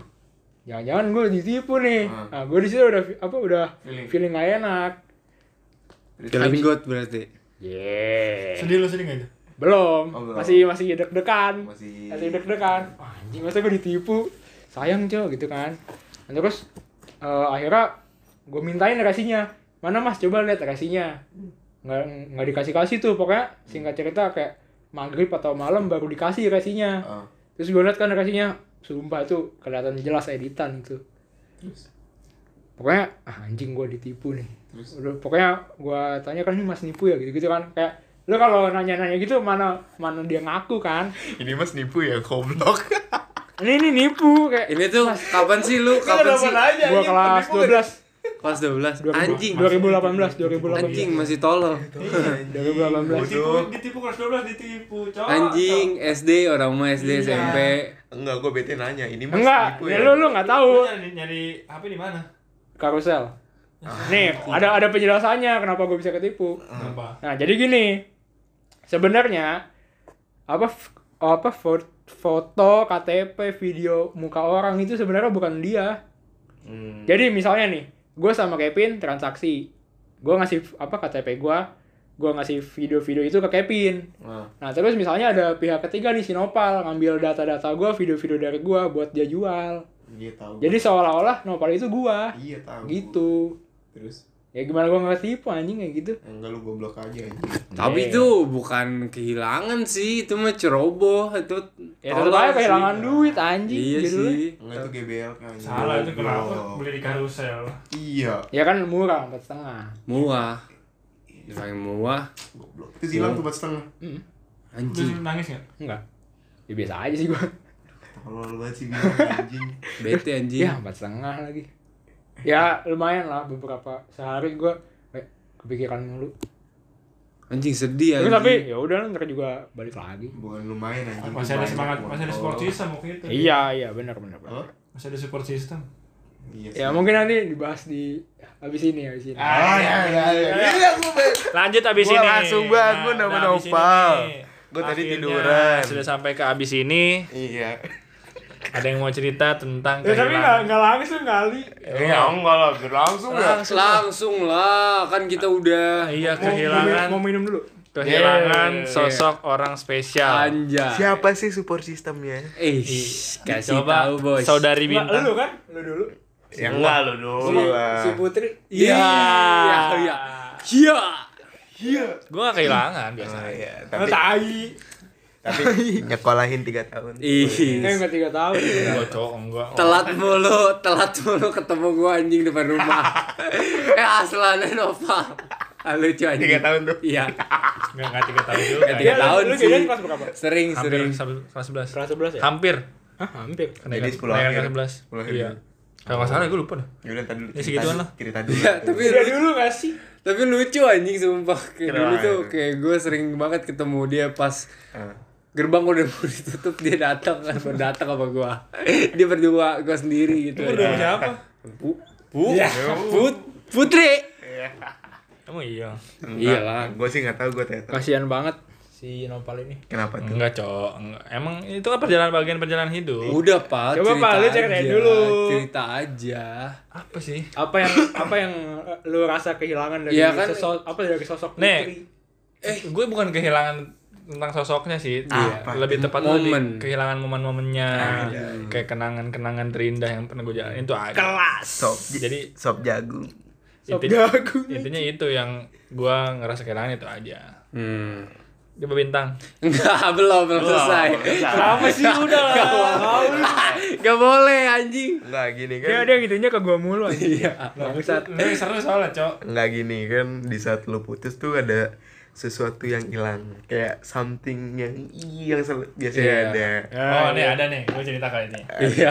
Jangan-jangan gue ditipu nih." Nah, gue di situ udah fi- apa udah feeling gak enak.
Jalan got berarti.
Yeah.
Sedih lu sedih gak itu?
Belum.
Oh, belum.
Masih masih deg-degan.
Masih
Masih deg-degan. Wah, anjing masa gue ditipu. Sayang, Cok, gitu kan. Dan terus eh, akhirnya gue mintain resinya. Mana Mas coba lihat resinya. Nggak nggak dikasih-kasih tuh pokoknya singkat cerita kayak maghrib atau malam baru dikasih resinya.
Ah.
Terus gue lihat kan resinya sumpah itu kelihatan jelas editan itu. Pokoknya ah, anjing gue ditipu nih. Udah, pokoknya gue tanya kan ini Mas nipu ya gitu-gitu kan kayak lu kalau nanya-nanya gitu mana mana dia ngaku kan
Ini Mas nipu ya goblok.
ini ini nipu kayak
Ini tuh kapan sih lu? Kapan sih?
gua kelas 12
Kelas 12.
2000,
Anjing.
2018
Anjing
2018
masih tolol.
Iya. 2018
Bodoh.
ditipu kelas 12 ditipu, cowok.
Anjing SD orang mah SD SMP.
Enggak, gue bete nanya. Ini Mas
enggak
nipu
ya
ya.
lu lu nggak
Lu
tahu
nyari, nyari HP di mana?
karusel nih ada ada penjelasannya kenapa gue bisa ketipu
Ah.
Kenapa?
nah jadi gini sebenarnya apa f- apa fo- foto KTP video muka orang itu sebenarnya bukan dia
Hmm.
Jadi misalnya nih, gue sama Kevin transaksi, gue ngasih apa KTP gue, gue ngasih video-video itu ke Kevin.
Ah.
Nah terus misalnya ada pihak ketiga nih Sinopal ngambil data-data gue, video-video dari gue buat dia jual.
Iya tahu.
Jadi seolah-olah Nopal itu gue,
Iya tahu.
gitu.
Terus
Ya gimana gue nggak ketipu anjing kayak gitu?
enggak lu goblok aja
Tapi
Iya.
itu bukan kehilangan sih, itu mah ceroboh itu.
Ya
tolol
tetap aja
sih.
kehilangan duit anjing.
Iya
gitu.
sih.
Enggak itu GBL kan.
Salah itu kenapa
Goblok.
beli di karusel.
Iya,
Ya kan murah empat setengah.
Murah. Dipakai murah.
goblok. Itu hilang tuh buat setengah.
Terus
Anjing.
lu nangis enggak?
Enggak. Ya biasa aja sih gue.
Tolol banget sih bilang anjing.
Bete anjing.
Ya empat setengah lagi. Ya lumayan lah beberapa sehari gue kepikiran mulu.
Anjing sedih Iya,
Terus
anjing.
tapi ya udah ntar juga balik lagi.
Bukan lumayan anjing.
Masih ada
Lumayan,
semangat,
goblok.
masih ada support system waktu itu.
Iya iya benar benar. benar.
Apa?
Masih ada support system.
Iya.
Ya mungkin nanti dibahas di habis ini habis ini.
Ah, ya, ya, ya. Iya, gue
Lanjut abis
Gua
ini.
langsung banget, gua udah
nah, abis ini
menopal.
nih,
Gua tadi
akhirnya
tiduran.
Sudah sampai ke abis ini.
Iya.
Ada yang mau cerita tentang
Ya, tapi nggak
kehilangan.
nggak langsung kali.
Ya enggak lah, langsung ya.
langsung, lah kan kita udah
Iya
Mau-
kehilangan.
Mau, minum dulu.
kehilangan
Yeah.
sosok orang spesial.
anjay.
Siapa sih support sistemnya?
Eh,
Iya.
kasih
Iya. Coba
tahu bos.
saudari
Enggak, lu
bintang.
kan? Lu dulu.
Ya enggak lu dulu lah.
Si Putri.
Iya. Iya. Iya.
Gue gak kehilangan biasa.
Oh, iya,
Nah,
tapi
tai.
tapi nyekolahin 3 tahun.
Ih.
Eh enggak tiga tahun.
Gue cowok enggak.
Telat mulu, telat mulu ketemu gua anjing depan rumah. eh aslannya Nova. Ah, Lucu anjing.
Tiga tahun tuh.
Iya.
Enggak enggak tiga tahun juga.
tiga
Iya, lu-
tahun
Lu
sih.
jadian kelas berapa?
Sering
Hampir
sering.
sam- kelas sebelas.
Kelas 11 ya?
Hampir.
Hah, hampir.
Jadi 10
Naik
akhir.
kelas sebelas.
10 akhir.
Iya. Kalau nggak salah gue lupa dah.
Ya udah tadi dulu.
Ya, segituan lah.
Cerita dulu.
Ya, tapi
Udah Iya, dulu gak sih?
tapi lucu anjing sumpah. Kayak dulu
Kenapa?
tuh kayak gua sering banget ketemu dia pas
Ah.
gerbang udah mau ditutup dia datang kan baru datang sama gua. dia berdua, gua sendiri gitu.
Udah siapa?
Pu- Pu-
Iya.
Put- Putri.
Emang iya.
Iyalah.
Gue sih nggak tahu gue ternyata.
Kasihan banget si Nopal ini.
Kenapa tuh?
Enggak cowok. Enggak. Emang itu kan perjalanan bagian perjalanan hidup.
Udah, Pak.
Coba, Pak, lu ceritain dulu.
Cerita aja.
Iya.
Apa sih?
apa yang apa yang eh, lu rasa kehilangan dari
Iya kan?
sosok apa dari sosok
Nek.
putri?
Eh, gue bukan kehilangan tentang sosoknya sih. Iya,
Apa?
Lebih tepat
Momen.
lebih kehilangan momen-momennya. Kayak kenangan-kenangan terindah yang pernah gue jalanin itu aja. Kelas.
Sop.
Jadi
sop jagung.
Sop
intinya,
jagung.
intinya itu yang gue ngerasa kehilangan itu aja.
Hmm.
Coba bintang.
Enggak, belum, belum selesai.
Apa sih udah lah.
Enggak boleh anjing.
Enggak gini
Ya,
Dia
kan.
dia gitunya ke gua mulu Iya. Bangsat.
Ini seru soalnya, Cok.
Enggak gini kan di saat lu putus tuh ada sesuatu yang hilang kayak something yang yang sel-
Iya.
biasanya ada
Oh, nih ada nih, gue cerita kali ini.
Iya.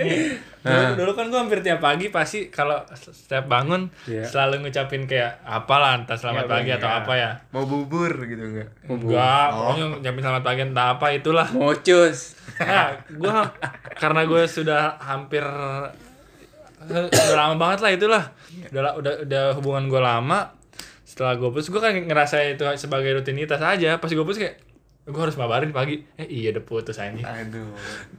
Nih, dulu, dulu kan gue hampir tiap pagi pasti kalau setiap bangun
Iya.
selalu ngucapin kayak apalah entah
Iya,
selamat pagi
Bang,
atau
iya.
apa ya.
mau bubur gitu enggak
Enggak, pokoknya ngucapin selamat pagi entah apa itulah.
Mocus.
Nah, gue karena gue sudah hampir udah lama banget lah itulah. Udah la- udah, udah hubungan gue lama. Setelah gue putus, gue kan ngerasa itu sebagai rutinitas aja. Pas gue putus kayak gue harus ngabarin pagi. Eh iya udah putus aja.
aduh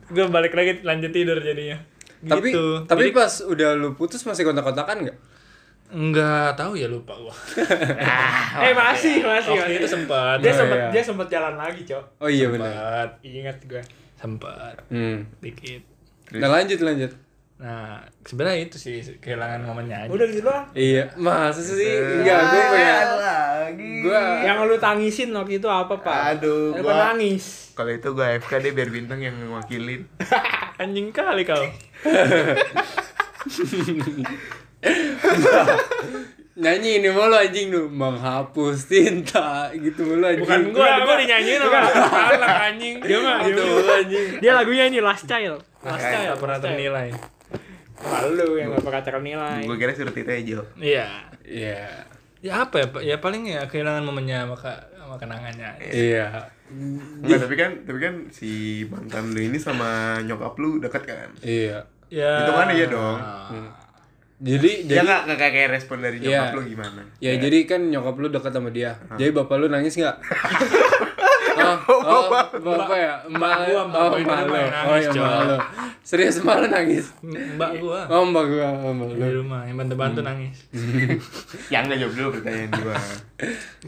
Gue balik lagi lanjut tidur jadinya.
Tapi
gitu.
tapi pas udah lu putus masih kontak-kontakan nggak?
Enggak tahu ya lupa gua.
eh masih masih
Waktu
masih.
itu sempat.
dia sempat
iya.
dia sempat jalan lagi cok
Oh iya benar.
sempat.
ingat gue
Sempat
Hmm.
dikit.
Nah lanjut lanjut.
Nah, sebenarnya itu sih kehilangan momennya aja.
udah gitu doang
Iya. Masa sih? Enggak, gue punya.
Iya lagi
Gue
yang lu tangisin waktu itu apa pak
Aduh,
lu
gua-
nangis
kalau itu gue AFK deh biar bintang yang mewakilin
Anjing kali kau.
nyanyi ini mulu anjing lu menghapus tinta gitu mulu anjing.
Bukan gua, gua dinyanyiin sama anak anjing.
Iya,
Dia mah
Gitu mulu anjing.
dia lagunya ini last child
Pasti nggak pernah ternilai.
Lalu yang gak bakal ternilai
gue kira surat itu aja
Iya.
Iya.
Ya apa ya? Pak? Ya paling ya kehilangan momennya maka sama kenangannya.
Iya.
Enggak, tapi kan tapi kan si mantan lu ini sama nyokap lu dekat kan
Iya.
Ya.
Itu kan iya dong.
Jadi jadi
ya nggak nggak kayak kayak respon dari nyokap
Iya.
lu gimana
Ya Ah. jadi kan nyokap lu dekat sama dia. Jadi bapak lu nangis nggak? oh, oh, bapak ya, emak
gua, mbak
oh,
gua itu
emak lu,
emang
oh
nangis,
ya emak
coy.
lu. Serius emak lu nangis?
Mbak gua.
Oh mbak gua, oh, mbak
iya.
lu.
Di rumah yang bantu-bantu
Hmm.
nangis.
ya nggak jawab dulu pertanyaan gua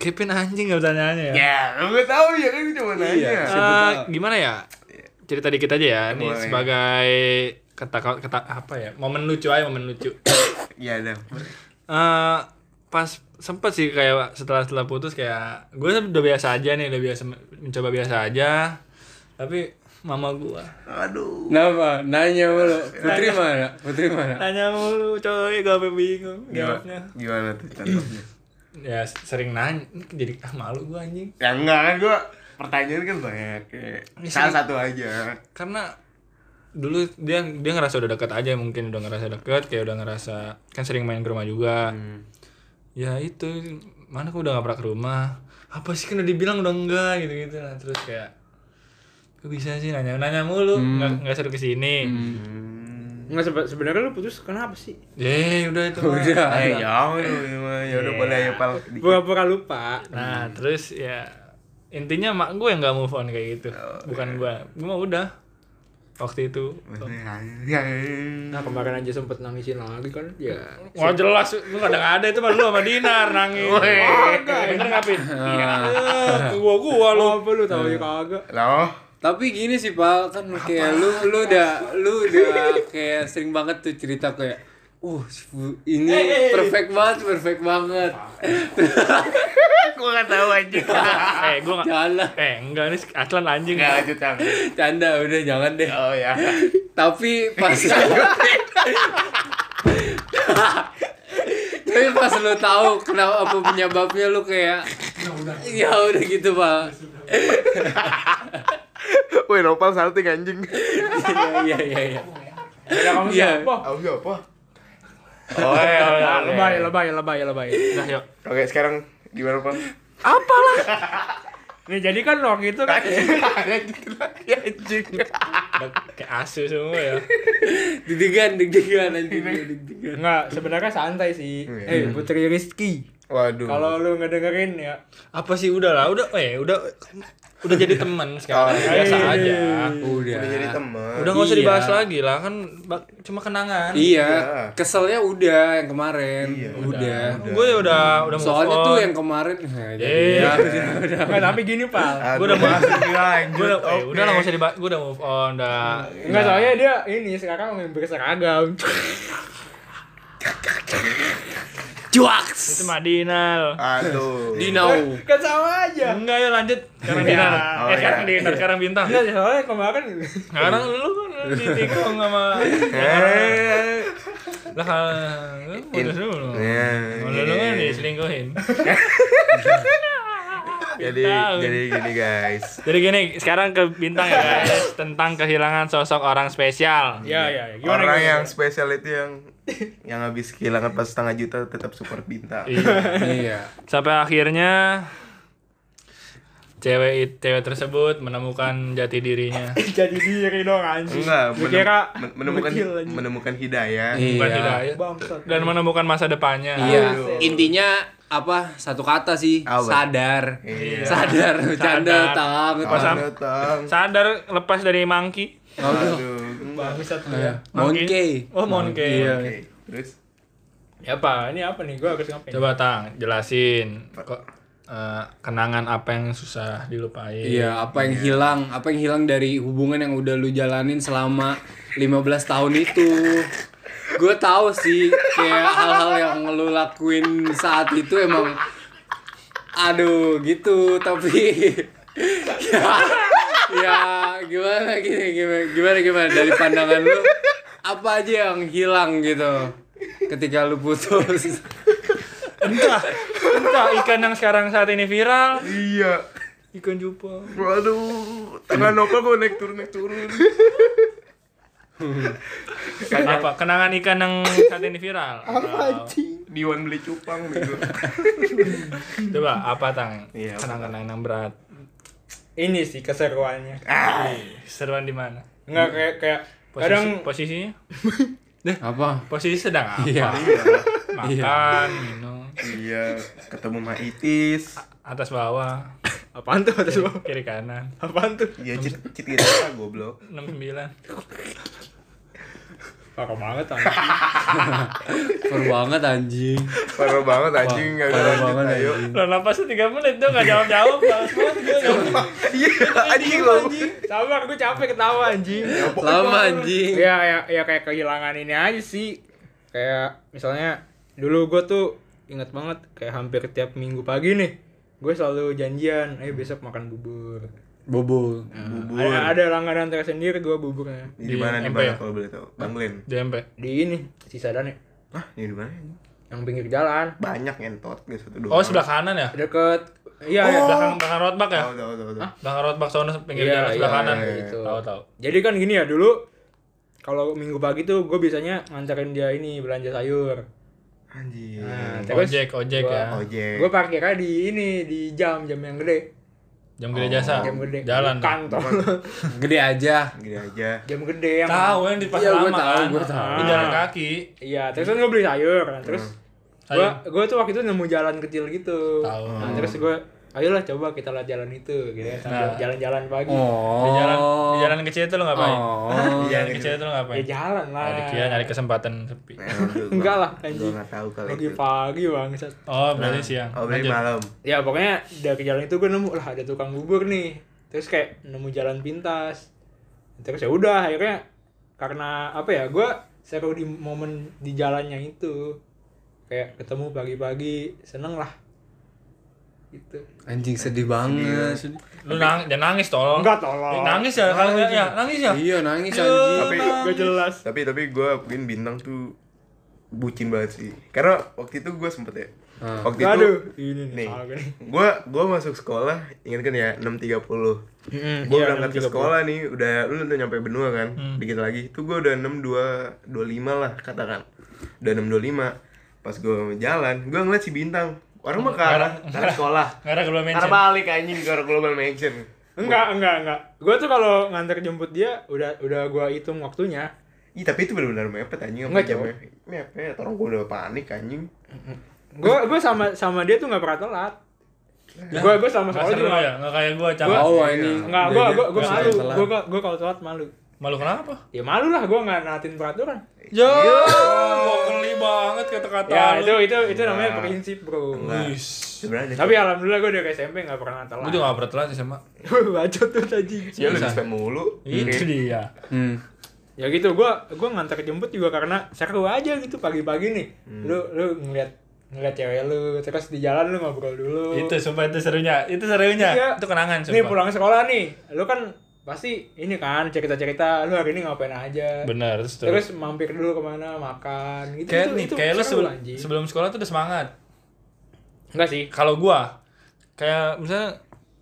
Kevin anjing gak pertanyaannya ya.
ya gue tahu ya kan gue cuma nanya
Iya.
Eh,
Siapa tahu.
gimana ya? Cerita dikit aja ya. Ini
Boleh.
sebagai kata kata apa ya? Momen lucu aja, momen lucu.
ya ada
Eh pas sempet sih kayak setelah setelah putus kayak gue udah biasa aja nih, udah biasa mencoba biasa aja. Tapi mama gua
aduh
Kenapa? Nanya mulu. Putri mana? Putri mana?
tanya mulu coy gue sampe bingung jawabnya
gimana, gimana tuh contohnya
ya sering nanya jadi ah malu gua anjing
ya enggak kan gua pertanyaan kan banyak kayak
Ini
salah
sering-
satu aja
karena dulu dia dia ngerasa udah deket aja mungkin udah ngerasa deket kayak udah ngerasa kan sering main ke rumah juga ya itu mana kok udah gak pernah ke rumah apa sih kan udah dibilang udah enggak gitu gitu lah terus kayak kok bisa sih nanya nanya mulu nggak nggak seru kesini
Nggak sebe- sebenarnya lu putus kenapa sih?
Yeay, Eh, udah itu mah.
Udah.
ayo
iya.
jauh Eh, ya udah boleh ayo pal Dikit.
Pura-pura lupa.
nah terus ya intinya mak gue yang nggak move on kayak gitu bukan gue gue mah udah waktu itu
Maksudnya, ya, ya.
Nah kemarin aja sempet nangisin lagi kan? Ya.
Wah jelas, lu kadang ada itu mah lu sama Dinar nangis.
Oh,
Bener nggak pin? Iya. Gua gua lu.
Eh. Apa lu tahu ya kagak?
loh
Tapi gini sih Pal, kan kayak lu lu udah lu udah kayak sering banget tuh cerita kayak Uh, si Bu- ini
Eh,
perfect banget, perfect banget.
gua nggak tahu aja
Eh, gua nggak.
Jangan lah.
Eh, enggak ini Aslan anjing.
nggak lanjut Kang.
Canda, udah jangan deh.
oh ya
Tapi pas Tapi pas lu tahu kenapa apa penyebabnya lu kayak ya udah gitu pak
Woi, nopal salting anjing.
iya iya iya
Ya kamu
Iya.
siapa? Nah,
Aku siapa? Oh, ya, ya, ya.
Lebay, lebay, lebay, lebay.
Udah Nah, yuk.
Oke, sekarang gimana, Pal?
Nih jadi kan waktu itu kan
anjing.
Udah Kayak asu semua ya.
didigan didigan anjing
Iya.
didigan
enggak sebenarnya santai sih.
Oh,
Eh Putri Rizky.
Waduh.
Kalau lu ngedengerin ya.
Apa sih udah lah, udah eh udah udah jadi teman sekarang.
Oh,
Biasa aja.
udah
udah jadi teman.
Udah nggak usah
Iya.
dibahas lagi lah kan bak- cuma kenangan.
iya
Udah.
keselnya udah yang kemarin
Iya,
udah,
Gue ya udah udah move
soalnya tuh
on.
yang kemarin nah, jadi ya.
Iya.
udah, udah.
Enggak tapi gini pal.
Gua
Gua udah bahas.
lanjut.
Gue udah eh,
Oke.
udah lah nggak usah dibahas. Gue udah move on udah.
Enggak soalnya dia ini sekarang member seragam.
juaks
Itu mah Dinar.
Aduh.
dino
Oh.
kan sama aja.
Enggak ya lanjut. Sekarang Dinar.
Iya. Oh,
Eh, sekarang
iya.
Dinar, sekarang bintang.
Enggak soalnya kemarin
Sekarang lu kan ditikung sama
Eh.
lah kan lu putus dulu.
Ya,
Kalau lu kan diselingkuhin.
jadi jadi gini guys
Jadi gini, sekarang ke bintang ya guys tentang kehilangan sosok orang spesial.
Ya ya. ya.
orang yang spesial itu yang yang habis kehilangan pas setengah juta tetap support bintang
iya
Sampai akhirnya cewek it- cewek tersebut menemukan jati dirinya.
jadi diri dong anjing.
enggak
Gua
menem-
kira
men- menemukan
kecil, anjing.
menemukan hidayah
Bukan
iya
hidayah.
bangsat.
Dan menemukan masa depannya.
iya intinya apa satu kata sih
Apa?
sadar
Iya.
sadar bercanda
Sadar.
tang
Selamat datang
Sadar lepas dari monkey.
aduh
Bangsat lu ya.
monkey
Oh, monkey.
Iya.
Oke, terus
Ya apa? Ini apa nih? Gua harus ngapain?
Coba Tang, jelasin kok eh, kenangan apa yang susah dilupain.
Iya, apa yang hilang, apa yang hilang dari hubungan yang udah lu jalanin selama 15 tahun itu. Gue tahu sih kayak hal-hal yang lu lakuin saat itu emang aduh gitu, tapi ya, ya gimana gini, gimana gimana gimana dari pandangan lu apa aja yang hilang gitu ketika lu putus.
Entah, entah ikan yang sekarang saat ini viral,
iya
ikan jumbo.
Waduh, tangan nopal gue naik turun naik turun.
Apa? Kenangan ikan yang saat ini viral. Atau-
Diwan beli cupang gitu.
Coba apa Tang?
Iya, apa,
Kenangan yang berat.
Ini sih keseruannya.
Seruan di mana?
Enggak kayak kayak
Posisi,
kadang
posisinya?
Apa?
Posisi sedang apa?
Iya.
Makan, minum,
iya, ketemu Maitis.
atas bawah,
apaan tuh atas bawah?
kiri kanan.
Apaan tuh?
Iya, cit cit kita goblok.
69.
Parah banget
Per banget anjing.
Parah banget anjing enggak ada
Parah
lanjut
banget
ayo.
anjing.
Lo napasnya 3 menit tuh gak jawab-jawab, males banget gua.
Iya, anjing lo.
Sabar, gue capek ketawa anjing.
Lama anjing.
ya ya ya kayak kehilangan ini aja sih kayak misalnya dulu gue tuh inget banget kayak hampir tiap minggu pagi nih gue selalu janjian ayo besok makan bubur
Bobol.
Bubur.
ada, ada langganan tersendiri gue buburnya
Di mana di
Di
mana
MPL.
kalau boleh tahu? Bang Glen.
DMP.
di ini sisadane
Hah, ini di mana?
yang pinggir jalan
Banyak entot gitu satu dua.
Oh, sebelah kanan ya?
deket iya ya
Belakang belakang roadblock ya?
Tahu tahu tahu tahu.
Belakang roadblock sono pinggir
Iya,
jalan sebelah
iya,
kanan.
iya, gitu.
Tahu tahu.
jadi kan gini ya dulu kalau minggu pagi tuh gue biasanya nganterin dia ini belanja sayur
Anjing.
nah, terus
Ojek, ojek
gua-
ya.
Ojek.
gue parkirnya di ini di jam jam yang gede
Jam gede
Oh,
jasa.
jam gede
Ah, Jalan.
Bukan, tolong.
Gede aja.
Gini aja.
jam gede yang
Tahu yang di pasar
Iya, gua
lama
tahu,
kan.
gua tahu.
Di jalan kaki.
iya terus kan gue beli sayur nah, terus
Sayur.
gua gue tuh waktu itu nemu jalan kecil gitu
Tahu.
nah terus gue ayolah coba kita lihat jalan itu gitu ya sambil
Nah.
jalan-jalan pagi
Oh.
Di jalan di jalan kecil itu lo ngapain?
Oh.
Di jalan kecil itu lo ngapain?
Iya,
ya jalan lah
Oh, dikira nyari kesempatan sepi.
Nah,
enggak lah
Gue
anjing
enggak tahu kalau itu.
pagi-pagi bangsat
Oh,
Nah,
berarti siang.
Oh, beli
Lanjut.
malam.
ya pokoknya dari jalan itu gue nemu lah ada tukang bubur nih terus kayak nemu jalan pintas terus ya udah akhirnya karena apa ya gue seru di momen di jalannya itu kayak ketemu pagi-pagi seneng lah gitu
Anjing sedih banget.
Lu nang jangan nangis tolong.
enggak tolong
Eh, nangis ya kalau enggak ya, nangis ya.
Iya nangis anjing.
Tapi
gak jelas
tapi tapi gue mungkin bintang tuh bucin banget sih karena waktu itu gue sempet ya
Ah.
waktu
aduh
itu
ini nih,
nih
salah gue nih.
gue gue masuk sekolah ingat kan ya 6.30 gue
iya,
berangkat ke
6.30.
sekolah nih udah lu udah nyampe benua kan
Hmm.
dikit lagi itu gue udah 6.2 25 lah katakan udah 6.25 pas gue jalan gue ngeliat si bintang orang mah ke arah ke arah sekolah
Enggak ada kalau
karena
mention.
balik anjing ke arah global mansion
enggak enggak enggak gue tuh kalau nganter jemput dia udah udah gue hitung waktunya
Ih Iya, tapi itu benar-benar mepet anjing
Enggak,
apa jamnya mepet orang gue udah panik anjing
gue gue sama sama dia tuh nggak pernah telat gue gue sama sekolah
Enggak seru
juga
ya, enggak kayak gua Iya, cakap.
Tahu ini.
Enggak, gua gua gua
Nggak
malu.
sering telat.
Gua gua, gua kalau telat malu.
Malu kenapa?
Ya malu lah gua enggak naatin peraturan.
Yo,
Iya.
geli banget kata-kata
Ya
lu.
itu itu itu
Enggak.
namanya prinsip, Bro.
Enggak.
Wis.
sebenarnya
Tapi alhamdulillah gua dari SMP enggak pernah telat.
Gua juga enggak pernah telat sih sama.
Bacot tuh tadi.
Ya lu dispen mulu.
Itu dia.
Hmm.
Ya gitu gua gua nganter jemput juga karena seru aja gitu pagi-pagi nih. Lu lu ngeliat ngeliat cewek lu terus di jalan lu ngobrol dulu.
Itu sumpah itu serunya. Itu serunya.
Iya.
Itu kenangan sumpah.
Nih pulang sekolah nih. Lu kan pasti ini kan cerita-cerita lu hari ini ngapain aja.
Benar, terus tuh.
Terus mampir dulu kemana makan gitu
kayak
itu,
nih,
itu
kayak lu
seru,
sebelum,
anjing.
sebelum sekolah tuh udah semangat.
Enggak sih.
Kalau gua kayak misalnya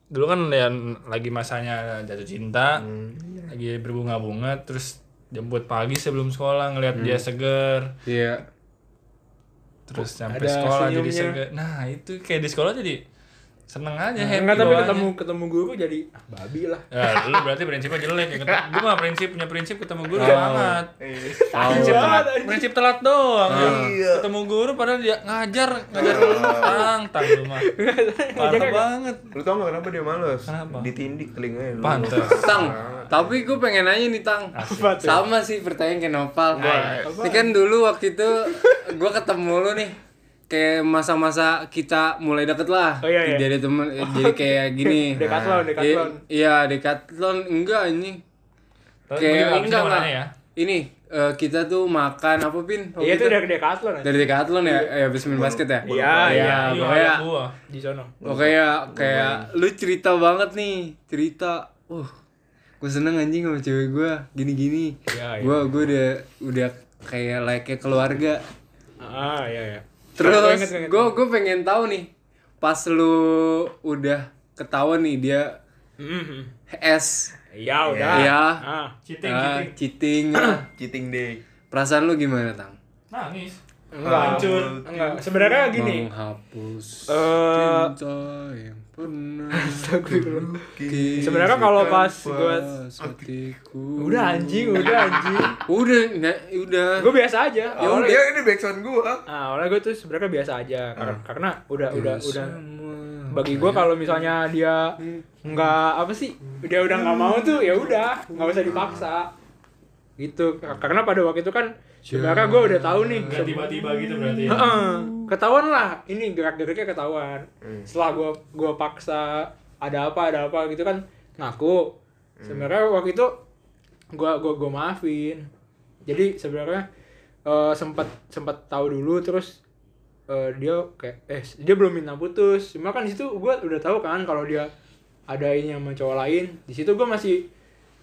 dulu kan ya lagi masanya jatuh cinta
Hmm.
lagi berbunga-bunga terus jemput pagi sebelum sekolah
Hmm.
ngelihat dia seger
Iya.
terus sampai
Oh, ada
sekolah jadi
senyumnya.
seger nah itu kayak di sekolah jadi seneng aja happy
Nah, Enggak tapi
bawaannya.
ketemu ketemu guru jadi ah, babi lah.
ya, lu berarti prinsipnya jelek ya ketemu gue mah prinsip punya prinsip ketemu guru
Oh.
semangat prinsip telat prinsip telat doang ya. ketemu guru padahal dia ngajar ngajar tang tang lu mah parah banget
Lu tau gak kenapa dia males?
Kenapa?
Ditindik telinganya dulu.
pantes
Tang, tapi gue pengen nanya nih Tang. Sama sih pertanyaan ke Nopal. Ini kan dulu waktu itu gue ketemu lu nih kayak masa-masa kita mulai deket lah.
Oh, iya, iya.
Jadi temen jadi kayak gini.
Decathlon, Decathlon.
I- Iya, Decathlon enggak anjing.
Tapi
Kayak
abis ini
enggak
mana
lah.
ya?
Ini eh, kita tuh makan apa pin?
Iya
Waktu
itu
itu?
udah Decathlon aja.
Oh, dari Decathlon ya, eh, habis main basket ya.
Iya, iya.
iya.
Iya,
Pokoknya
anak gua.
Di sono.
pokoknya
Iya.
kayak lu cerita banget nih, cerita. Uh, gue seneng anjing sama cewek gue gini-gini.
Iya, iya.
Gue gue udah udah kayak like keluarga.
Ah, iya iya. Gua
Terus
inget, gua inget.
gue gue pengen tahu nih pas lu udah ketahuan nih dia
Mhm.
S
Iya udah.
Iya.
Ah.
Cheating,
ah,
cheating.
cheating ah.
Cheating day.
perasaan lu gimana tang
Nangis.
Enggak, hancur. Enggak. Sebenarnya gini.
menghapus
Eh,
cinta yang pernah
Sebenarnya kalau pas gua-
hatiku
udah anjing, udah anjing.
udah na- udah
Gue biasa aja.
Ya
Awalnya-
udah ini backsound gua.
Ah, awalnya gue tuh sebenarnya biasa aja karena, karena udah udah udah
Semua.
bagi gue kalau misalnya dia nggak apa sih dia udah nggak mau tuh ya udah nggak usah dipaksa gitu karena pada waktu itu kan sebenarnya gue udah tahu nih
Enggak tiba-tiba gitu berarti. ya.
Heeh. ketahuan lah ini gerak-geriknya ketahuan setelah gue gua paksa ada apa ada apa gitu kan ngaku sebenarnya waktu itu gue gua gua maafin jadi sebenarnya eh, sempat sempat tahu dulu terus eh, dia kayak eh dia belum minta putus cuma kan di situ gue udah tahu kan kalau dia ada ini sama cowok lain di situ gue masih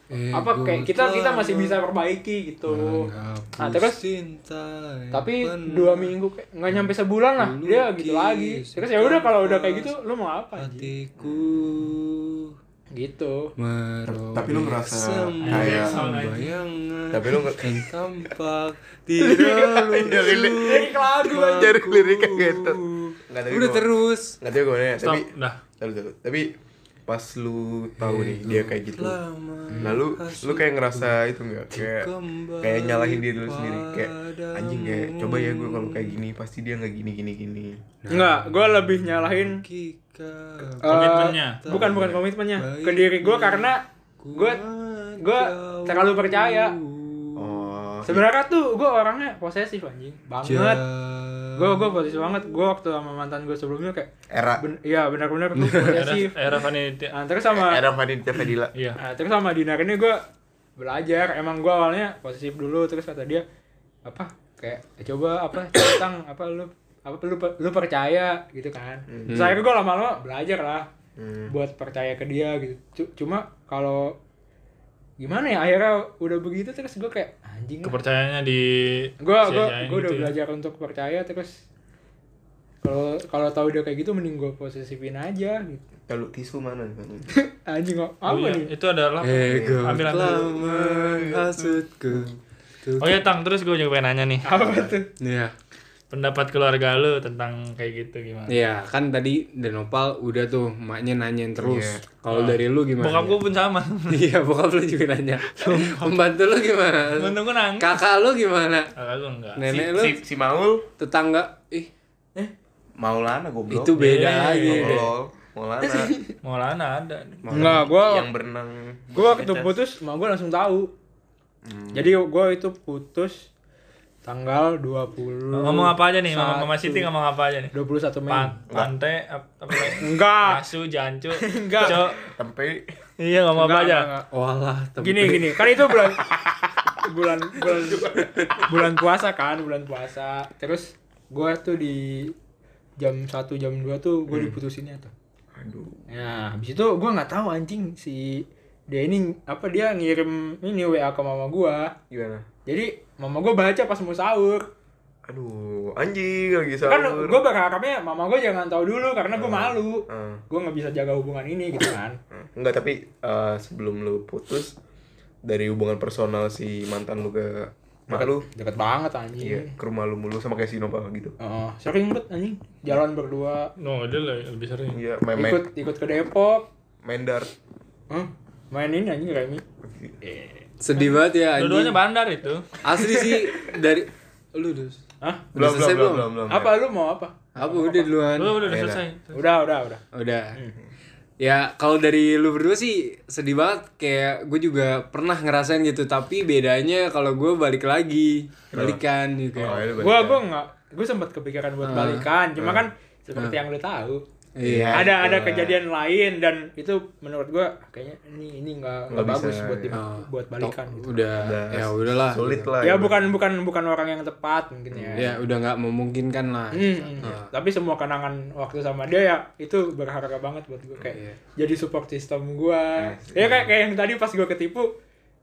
Eh,
apa
gua iya.
kayak kita kita
telah
masih bisa perbaiki gitu
menghapus
nah terus
cinta yang
tapi
pernah.
dua minggu kayak- nggak nyampe sebulan lah
Dulu
dia gitu
lukis,
lagi terus ya udah kalau udah kayak gitu
kertas,
lu mau apa anjing?
hatiku
gitu
merobek
Tapi lu ngerasa
semua
kayak-
bayangan
Tapi lu nggak- Iya,
dan tampak tidak lucu
lagu
Jadi liriknya getot. Nggak, tapi
udah
gua-
terus
Nggak tahu gimana ya,
Stop. Nah.
tapi
Dah.
tapi tapi pas lu tahu nih dia kayak gitu.
lama
Lalu lu kayak ngerasa itu enggak kayak
Kembali
kayak nyalahin diri lu sendiri kayak anjing kayak
padamu.
coba ya gue kalau kayak gini pasti dia nggak gini gini gini.
nggak gue lebih nyalahin
Kika
eh,
Komitmennya.
bukan bukan komitmennya ke diri gue karena gue gue terlalu percaya
Oh.
sebenarnya tuh gue orangnya posesif anjing banget gue gue posesif banget gue waktu sama mantan gue sebelumnya kayak
Era
ben- ya benar-benar gue
Era
posesif
era vanity. ah,
nah, terus sama
era Vanita Fadila.
Iya.
Nah, terus sama Dinar ini gue belajar emang gue awalnya positif dulu terus kata dia apa kayak "Ya coba apa tentang apa lu apa lu lu percaya gitu kan terus akhirnya gue lama-lama belajar lah buat percaya ke dia gitu Cu- cuma kalau gimana ya akhirnya udah begitu terus gue kayak anjing gue
Kepercayaannya di
gue
sia-siain
udah
gitu ya.
belajar untuk percaya terus kalau kalau tahu dia kayak gitu mending gue posesifin aja gitu
Kalau tisu mana nih? Manu?
anjing kok
Oh,
apa
iya.
nih
Itu adalah
Ego
ambil ambil.
telah menghasutku
Oh ya Tang, terus gue juga pengen nanya nih.
apa tuh
Iya
Pendapat keluarga lu tentang kayak gitu gimana?
Iya kan tadi Denopal udah tuh maknya nanyain terus
Iya.
Kalau dari lu gimana?
Bokap gue pun sama.
Iya bokap lu juga nanya Pembantu lu gimana?
Untung gue nangis.
Kakak lu gimana?
Kakak gue enggak.
Si,
Eh,
Nenek lu?
si, si Maul,
Tetangga? Ih
Maulana goblok.
itu beda ya,
Iya.
lagi
Maul, Maulana.
Maulana ada.
Maulana
Nggak, gua-
yang berenang.
gue waktu putus emak gue langsung tahu jadi gue itu putus tanggal 20
Ngomong apa aja nih? Mama,
Satu.
Mama Siti ngomong apa aja nih?
21 Mei
Pan, pante ap- apa lagi?
enggak
Asu, jancu,
Enggak.
Cok.
Tempe
Iya ngomong apa
enggak,
aja?
enggak.
Walah tempe.
gini gini kan itu bulan bulan bulan bulan puasa kan bulan puasa terus gue tuh di jam 1 jam 2 tuh gue diputusinnya tuh
Aduh.
Nah, habis itu gua nggak tahu anjing si dia ini apa dia ngirim ini WA ke mama gua.
Gimana?
Jadi mama gua baca pas mau sahur.
Aduh, anjing lagi sahur.
kan gue berharapnya mama gue jangan tahu dulu karena gue malu
Eh,
gue nggak bisa jaga hubungan ini gitu kan
eh. Enggak, tapi eh, sebelum lu putus dari hubungan personal si mantan lu ke mak lu,
deket banget anjing
iya, ke rumah lu mulu sama kayak si Nova gitu.
Heeh, sering banget anjing jalan berdua
No, dia le- lebih sering.
Iya, main main,
ikut ikut ke Depok
main dart.
Hah? mainin anjing Remi
Eh.
Sedih banget ya anjing.
Dua-duanya bandar itu.
Asli sih dari lu dus.
Hah?
Udah
Belum, belum,
selesai belum?
belum, belum, belum.
apa lu mau apa
Apa udah duluan?
Lu udah, udah
Iya,
selesai.
udah udah udah
Udah.
Hmm.
Ya kalau dari lu berdua sih sedih banget kayak gue juga pernah ngerasain gitu tapi bedanya kalau gue balik lagi balikan gitu
Iya. Oh, ya, lu
gue
balikan.
gue nggak gue sempat kepikiran buat balikan cuma
Ah.
kan seperti yang lu tahu
Iya.
ada ada
iya.
kejadian lain dan itu menurut gue kayaknya ini ini nggak nggak
Nggak bisa,
bagus buat di-
Oh,
Iya. buat balikan
to-
gitu.
Udah,
Udah,
ya udahlah.
Sulit lah. gitu.
ya
ibarat.
bukan bukan bukan orang yang tepat mungkin ya
Ya udah nggak memungkinkan lah.
Hmm,
Nah.
tapi semua kenangan waktu sama dia ya itu berharga banget buat gue kayak jadi support system gue ya kayak kayak yang tadi pas gue ketipu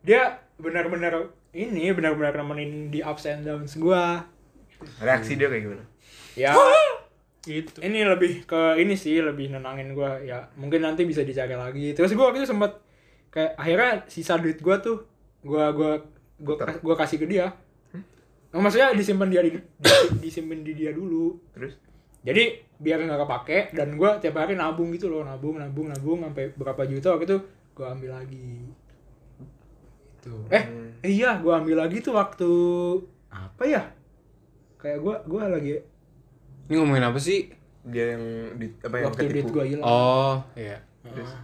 dia benar-benar ini benar-benar nemenin di ups and downs gue
Reaksi dia kayak gimana?
ya
Gitu.
ini lebih ke ini sih lebih nenangin gue ya mungkin nanti bisa dicari lagi terus gue waktu itu sempat kayak akhirnya sisa duit gue tuh gue gua gua, gua kasih ke dia
Hmm?
Oh, maksudnya disimpan dia di, di- disimpan di dia dulu
Terus?
jadi biar nggak kepake dan gue tiap hari nabung gitu loh nabung nabung nabung sampai berapa juta waktu itu gue ambil lagi itu eh
Hmm.
iya gue ambil lagi tuh waktu apa ya kayak gue gue lagi
Ini ngomongin apa sih?
Dia yang di, apa yang
waktu duit
ketipu?
gue hilang
Oh, iya.
Ah.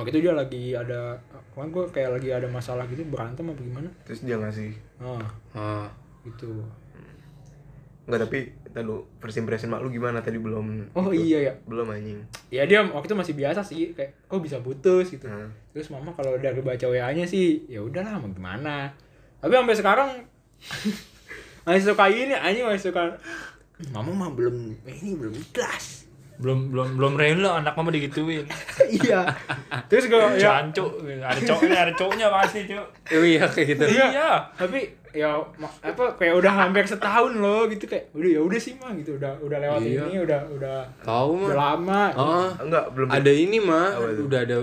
waktu itu dia lagi ada kan gue kayak lagi ada masalah gitu berantem apa gimana
Terus dia ngasih.
ah
Oh.
gitu
Enggak, tapi ntar lu first impression mak lu gimana tadi belum?
oh
itu.
iya ya
Belum anjing.
ya dia waktu itu masih biasa sih kayak kok bisa putus gitu
Hmm.
terus mama kalau dari baca wa nya sih ya udahlah mau gimana tapi sampai sekarang masih suka ini anjing masih suka mama mah belum eh, ini belum ikhlas
Belum belum belum rela anak mama digituin.
iya terus gue ya
Jancuk, ada cowoknya, ada cowoknya pasti, Cuk.
Oh iya kayak gitu.
Iya.
tapi ya ma- apa kayak udah hampir setahun loh gitu kayak udah ya udah sih mah gitu udah udah lewat
Iya.
ini udah udah
Tahu
udah
mah.
lama
Oh,
Enggak, belum. gitu.
ada ini mah.
Apa itu?
Udah ada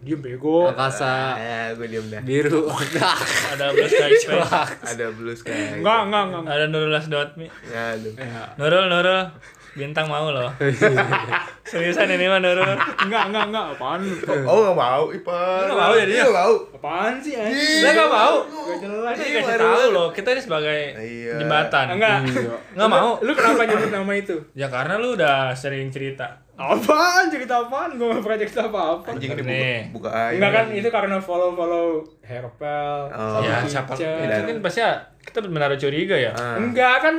dia bego
angkasa
Ah, gue diam dah.
biru.
Ada blue sky space.
Ada blue sky.
enggak enggak enggak
Ada Nurul Asdotmi.
Ya, aduh.
Nurul, Nurul. Bintang mau loh. Seriusan ini mah Nurul.
enggak enggak enggak apaan lu?
Oh, enggak mau, Ipan.
Nggak mau jadinya?
Nggak mau.
apaan sih anjing
Dia nggak mau.
Gak jelas
Dia kasih tahu loh, kita ini sebagai
Iya.
jembatan.
Iya, Enggak.
Nggak mau.
Lu kenapa nyebut nama itu?
Ya karena lu udah sering cerita.
Apaan? Cerita apaan? Gue gak pernah cerita apa-apa.
Anjing ini buka,
Nih.
buka air.
Enggak kan itu karena follow-follow Herpel.
Oh.
ya siapa? Itu kan pasti ya, kita menaruh curiga ya.
Ah.
Enggak kan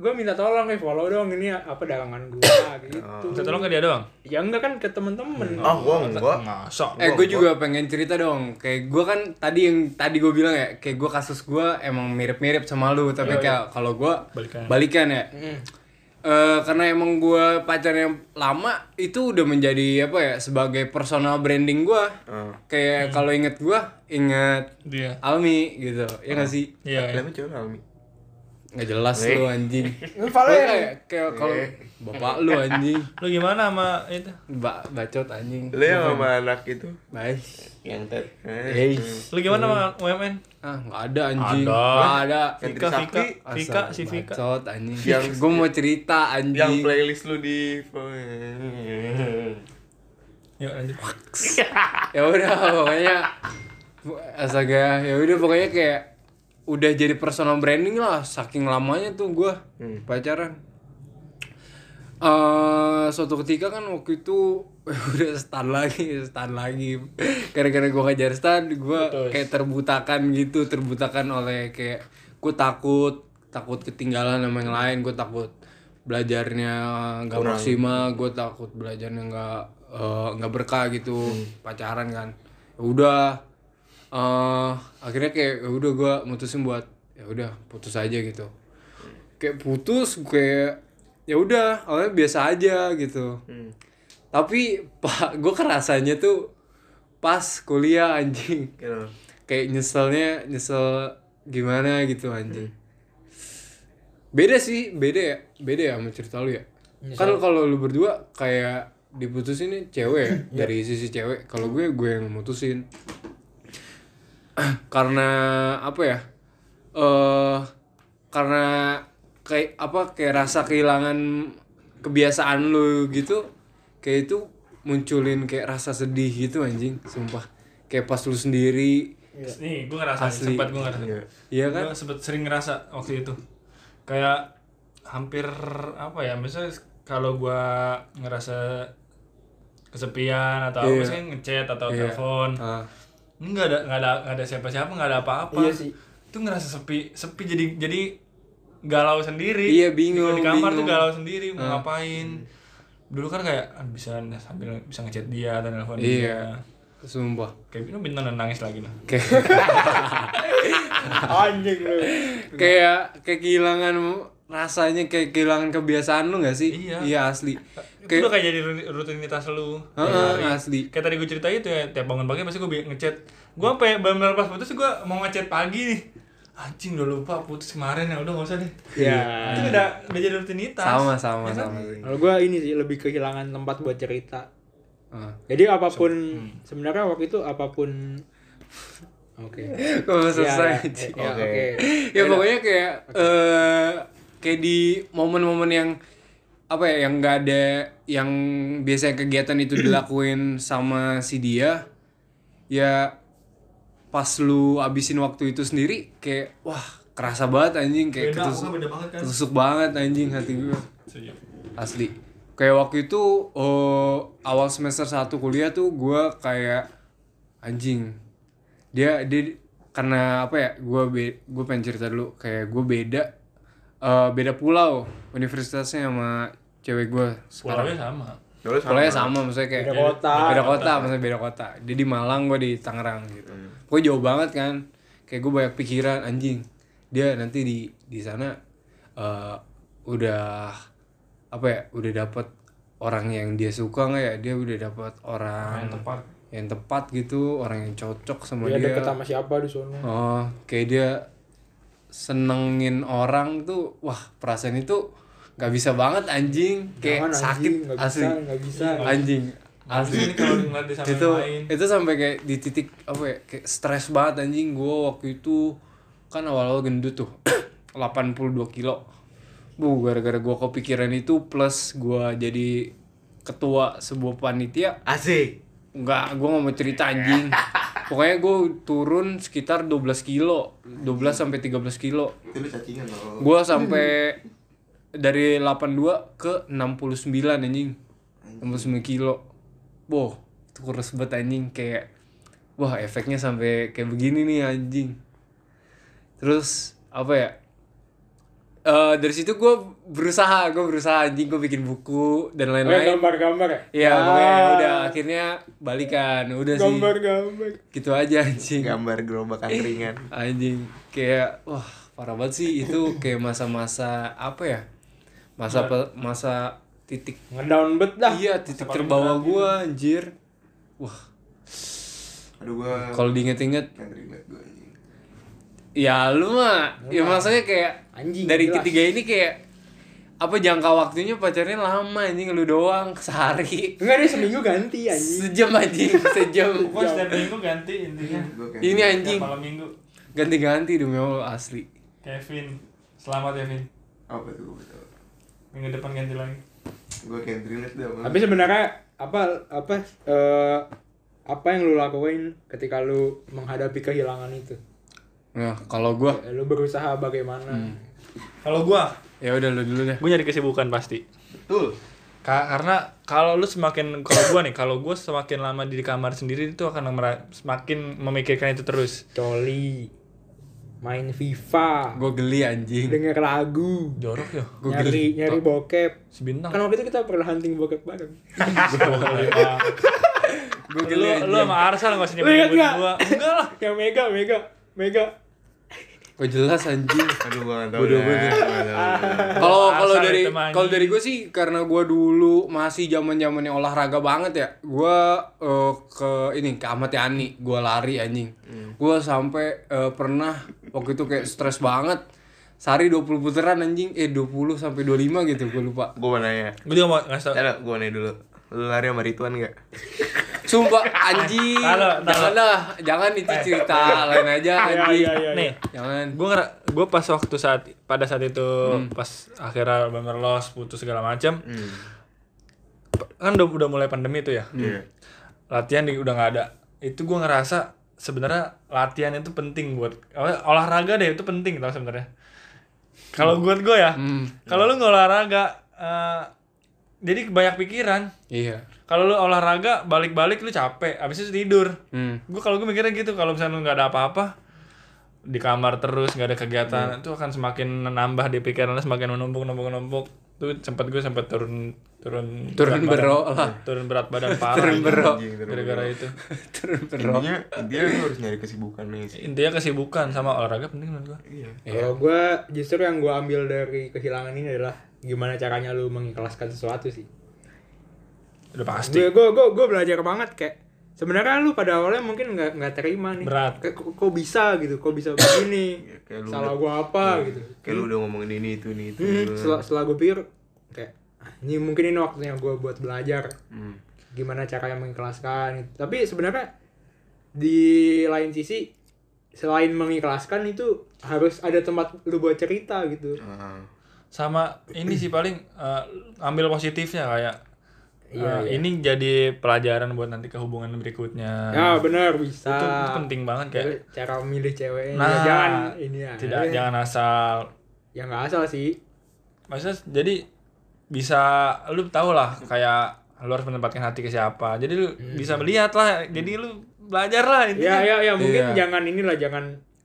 gue minta tolong nih follow dong ini apa dagangan gua gitu.
Minta tolong ke dia doang.
Ya enggak kan ke temen-temen.
Ah, gua enggak.
Masa?
Eh gue juga pengen cerita dong Kayak gue kan tadi yang tadi gue bilang ya Kayak gue kasus gue emang mirip-mirip sama lu Tapi kayak kalau gue
Balikan.
ya Eh, Karena emang gue pacarnya lama Itu udah menjadi apa ya Sebagai personal branding gue
Hmm.
Kayak kalau inget gue Inget
Dia.
Almi gitu Ya nggak sih?
Iya.
Lah, emang cewek Almi.
Nggak jelas lu anjing
Lu follow
Lu
ya?
Kayak, kayak kalau Bapak lu anjing
Lu gimana sama itu?
ba Bacot anjing
Lu yang sama anak itu.
Baik
Yang tet.
Eh
Lu gimana sama UMN?
Ah, nggak ada anjing
Ada.
Nggak ada
Vika, Vika, Vika, si Vika.
Bacot anjing.
Yang-
gue mau cerita anjing.
Yang playlist lu di
Yuk lanjut.
ya udah pokoknya astaga ya udah pokoknya kayak udah jadi personal branding lah saking lamanya tuh gue
Hmm.
pacaran eh suatu ketika kan waktu itu udah stun lagi stun lagi gara-gara gue kejar stun gue kayak terbutakan gitu terbutakan oleh kayak gue takut takut ketinggalan sama yang lain gue takut belajarnya nggak maksimal gue takut belajarnya nggak eh, nggak berkah gitu pacaran kan Ya udah eh akhirnya kayak ya udah gue mutusin buat ya udah putus aja gitu kayak putus kayak ya udah awalnya biasa aja gitu tapi pak gue kerasanya tuh pas kuliah anjing kayak nyeselnya nyesel gimana gitu anjing beda sih beda ya beda ya sama cerita lu ya kan kalau lu berdua kayak diputusin nih cewek ya, dari sisi cewek kalau gue gue yang mutusin karena apa ya eh karena kayak apa kayak rasa kehilangan kebiasaan lu gitu kayak itu munculin kayak rasa sedih gitu anjing sumpah kayak pas lu sendiri
Nih, gue ngerasa nih,
Asli.
sempat gue ngerasa.
Iya kan?
Gue sempet sering ngerasa waktu itu. Kayak hampir apa ya? Misalnya kalau gue ngerasa kesepian atau apa
Iya.
misalnya ngechat atau
Iya.
telepon.
Ah.
Enggak ada enggak ada nggak ada siapa-siapa, enggak ada apa-apa.
Iya sih.
Itu ngerasa sepi, sepi jadi jadi galau sendiri.
Iya, bingung,
Di kamar
bingung.
tuh
Ah.
galau sendiri mau ngapain. Dulu kan kayak ah, bisa sambil bisa ngechat dia atau telepon
Iya.
dia.
sumpah
Kayak lu bintang nangis lagi lah.
kayak
Anjing lu.
kayak kayak kehilangan rasanya kayak kehilangan kebiasaan lu gak sih
Iya.
asli
itu Iya, udah
kayak
kayak jadi runi- rutinitas lu
Heeh, asli
kayak tadi gue ceritain itu ya tiap bangun pagi pasti gue bi- ngechat gue sampai benar-benar pas putus gue mau ngechat pagi nih anjing udah lupa putus kemarin ya udah gak usah deh
Ya.
itu udah udah jadi rutinitas
Iya. sama sama
Ya kan?
sama
Kalau gue ini sih lebih kehilangan tempat buat cerita.
Ah.
Jadi apapun
Hmm.
sebenarnya waktu itu apapun Oke.
Kok
Iya,
belum selesai
Ya,
anjing?
ya,
Oke.
Oke.
ya pokoknya kayak eh kayak di momen-momen yang apa ya yang nggak ada yang biasanya kegiatan itu dilakuin sama si dia ya pas lu abisin waktu itu sendiri kayak wah kerasa banget anjing kayak
beda
ketusuk,
aku beda banget kan
ketusuk banget anjing hati gue
Setuju.
asli kayak waktu itu eh, awal semester 1 kuliah tuh gua kayak anjing dia dia karena apa ya gua be, gue pengen cerita dulu kayak gue beda eh, beda pulau universitasnya sama cewek gua
pulaunya
sekarang
sama
Dulu sama.
pulaunya sama maksudnya kayak
Beda kota.
beda kota maksudnya beda kota dia di Malang gua di Tangerang gitu pokoknya jauh banget kan kayak gue banyak pikiran anjing dia nanti di di sana eh, udah apa ya udah dapat orang yang dia suka nggak ya dia udah dapat orang yang tepat yang tepat gitu orang yang cocok sama
Dia
dia,
deket sama siapa di sana?
oh kayak dia senengin orang tuh wah perasaan itu nggak bisa banget anjing kayak
Jangan, anjing,
sakit
nggak
asli
bisa, nggak bisa.
anjing asli
ini kalau ngeliat di sama
itu
yang lain
itu sampai kayak di titik apa ya kayak stres banget anjing gue waktu itu kan awal-awal gendut tuh 82 kilo bu gara-gara gue kepikiran itu plus gue jadi ketua sebuah panitia
Asik.
Enggak, gue gak mau cerita anjing Pokoknya gue turun sekitar 12 kilo 12 sampai 13 kilo
Itu lu cacingan loh.
Gue sampai dari 82 ke 69 anjing 69 kilo Boh, itu kurus banget anjing Kayak, wah efeknya sampai kayak begini nih anjing Terus, apa ya Eh, dari situ gue berusaha, gue berusaha anjing, gue bikin buku dan
Oh, yang
lain-lain.
gambar-gambar ya?
Iya,
Ah,
pokoknya ya udah akhirnya balikan, udah sih.
Gambar-gambar.
Gitu aja anjing.
Gambar gerobak angkringan.
Anjing kayak wah, parah banget sih itu kayak masa-masa apa ya? Masa pe- masa titik
Ngedown bet dah.
iya, titik terbawah gua anjir. Wah,
Aduh gua
kalau diinget-inget
pengen relate gua anjing.
ya lu mah ya maksudnya kayak
Anjing,
dari
jelas.
ketiga ini kayak apa jangka waktunya pacarnya lama anjing lu doang sehari
Enggak deh seminggu ganti anjing.
sejam anjing sejam
pokoknya setiap minggu ganti intinya
Gua kayak
ini
Setiap
anjing
malam minggu
ganti-ganti demi Allah asli
Kevin selamat Kevin
apa tuh gua betul.
minggu depan ganti lagi
Gua pengen relate dah. sama lu.
Tapi sebenarnya apa apa eh, apa yang lu lakuin ketika lu menghadapi kehilangan itu?
nah kalau gua
Ya, lu berusaha bagaimana?
Hmm.
kalau gua
ya udah lu dulu deh
gua nyari kesibukan pasti
betul.
Ka- karena kalau lu semakin kalau gua nih kalau gua semakin lama di kamar sendiri itu akan mera- semakin memikirkan itu terus
Coli. Main FIFA.
gua geli anjing
Denger lagu.
jorok ya
Gua
nyari nyari bokep.
sebintang
Kan waktu itu kita pernah hunting bokep bareng.
gua
lu
geli
lu
anjing
sama Arsal nggak usah
Lu ingat
nyebutin
nggak?
gua enggak lah
yang mega, mega, mega.
kok jelas anjing
Aduh gua enggak tahu. Bodoh banget.
kalau kalau
Asal
dari
itu mah anjing.
kalau dari gua sih karena gua dulu masih zaman zamannya olahraga banget ya gua eh, ke ini ke Ahmad Yani
Hmm.
gua lari anjing gua sampai eh, pernah waktu itu kayak stres banget Sari 20 putaran anjing eh 20 sampai 25 gitu gue lupa
Gue mau nanya.
Gue juga mau ngasih tau.
Ada, gue nanya dulu. Lu lari sama Rituan gak?
sumpah anjing
Taruh, taruh.
jangan lah jangan itu
Eh.
cerita lain aja anjing
iya, iya.
Nih,
jangan
gue ngera gue pas waktu saat pada saat itu pas akhirnya bener los putus segala macam
Hmm.
kan udah udah mulai pandemi tuh ya
Iya.
latihan di, udah nggak ada itu gue ngerasa sebenarnya latihan itu penting buat apa, olahraga deh itu penting tau sebenarnya kalau buat gue ya kalau lu nggak olahraga eh, jadi banyak pikiran
iya
kalau lu olahraga balik-balik lu capek abis itu tidur
hmm.
gue kalau gue mikirnya gitu kalau misalnya lu nggak ada apa-apa di kamar terus nggak ada kegiatan itu akan semakin nambah di pikiran lu, semakin menumpuk numpuk numpuk tuh sempat gue sempat turun turun
Turun
berat
bero
badan, Iya,
lah.
turun berat badan parah
Turun
gitu.
bero.
Anjing, turun
gara-gara itu
turun terus
Intinya, dia harus nyari kesibukan nih sih.
intinya kesibukan sama olahraga penting menurut gue
Iya.
Kalau gue justru yang gue ambil dari kehilangan ini adalah gimana caranya lu mengikhlaskan sesuatu sih.
udah pasti
Gue gue gue gue belajar banget kayak sebenarnya lu pada awalnya mungkin nggak nggak terima nih.
Berat.
Kayak, Kok, kok bisa gitu? Kok bisa begini?
Iya, kayak lu
Salah
udah-
gue apa gitu?
Kayak lu udah ngomongin ini, itu, ini, itu.
Hmm, setelah setelah gue pikir kayak "Ah, ini mungkin ini waktunya gue buat belajar
Hmm.
gimana caranya mengikhlaskan gitu. tapi sebenarnya di lain sisi selain mengikhlaskan itu harus ada tempat lu buat cerita gitu
Ah.
sama ini sih paling eh, ambil positifnya kayak eh,
Iya, iya.
ini jadi pelajaran buat nanti kehubungan berikutnya
ya benar
itu,
bisa
Nah. itu penting banget kayak
Terus cara milih cewek
Nah,
Iya, jangan ini ya
tidak jangan asal
ya nggak asal sih
maksudnya jadi bisa lu tau lah kayak lu harus menempatkan hati ke siapa jadi lu bisa melihat lah jadi lu belajar lah
ya
intinya
ya ya mungkin
Iya, Iya.
jangan inilah jangan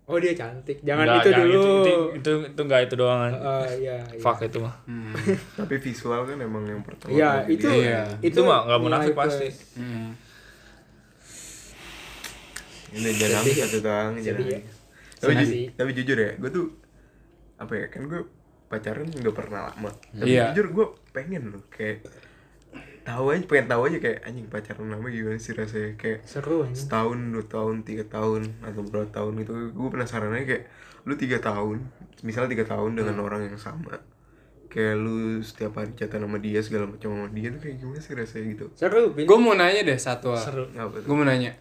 oh dia cantik jangan
Nggak,
itu dulu
itu, itu, itu, itu nggak itu doang kan.
Iya.
Eh, ya, ya.
fuck itu mah
Hmm. Tapi visual kan emang yang pertama.
ya
kali
itu iya,
dilihat.
Iya.
itu, mah nggak munafik
nilai
pasti
plus.
Hmm.
Ini jangan nangis satu doang, jangan
Sedih ya.
nangis. Tapi, ju-
Sedih.
tapi jujur ya, gue tuh apa ya kan gue pacaran nggak pernah lama. Tapi
Iya.
jujur gue pengen loh kayak tahu aja pengen tahu aja kayak anjing pacaran lama gimana sih rasanya kayak
seru anjing.
setahun dua tahun tiga tahun atau berapa tahun gitu gue penasarannya kayak lu tiga tahun misalnya tiga tahun dengan orang yang sama kayak lu setiap hari chatan sama dia segala macam sama dia tuh kayak gimana sih rasanya gitu
seru Bin.
gue mau nanya deh satu hal.
seru
apa tuh
gue mau nanya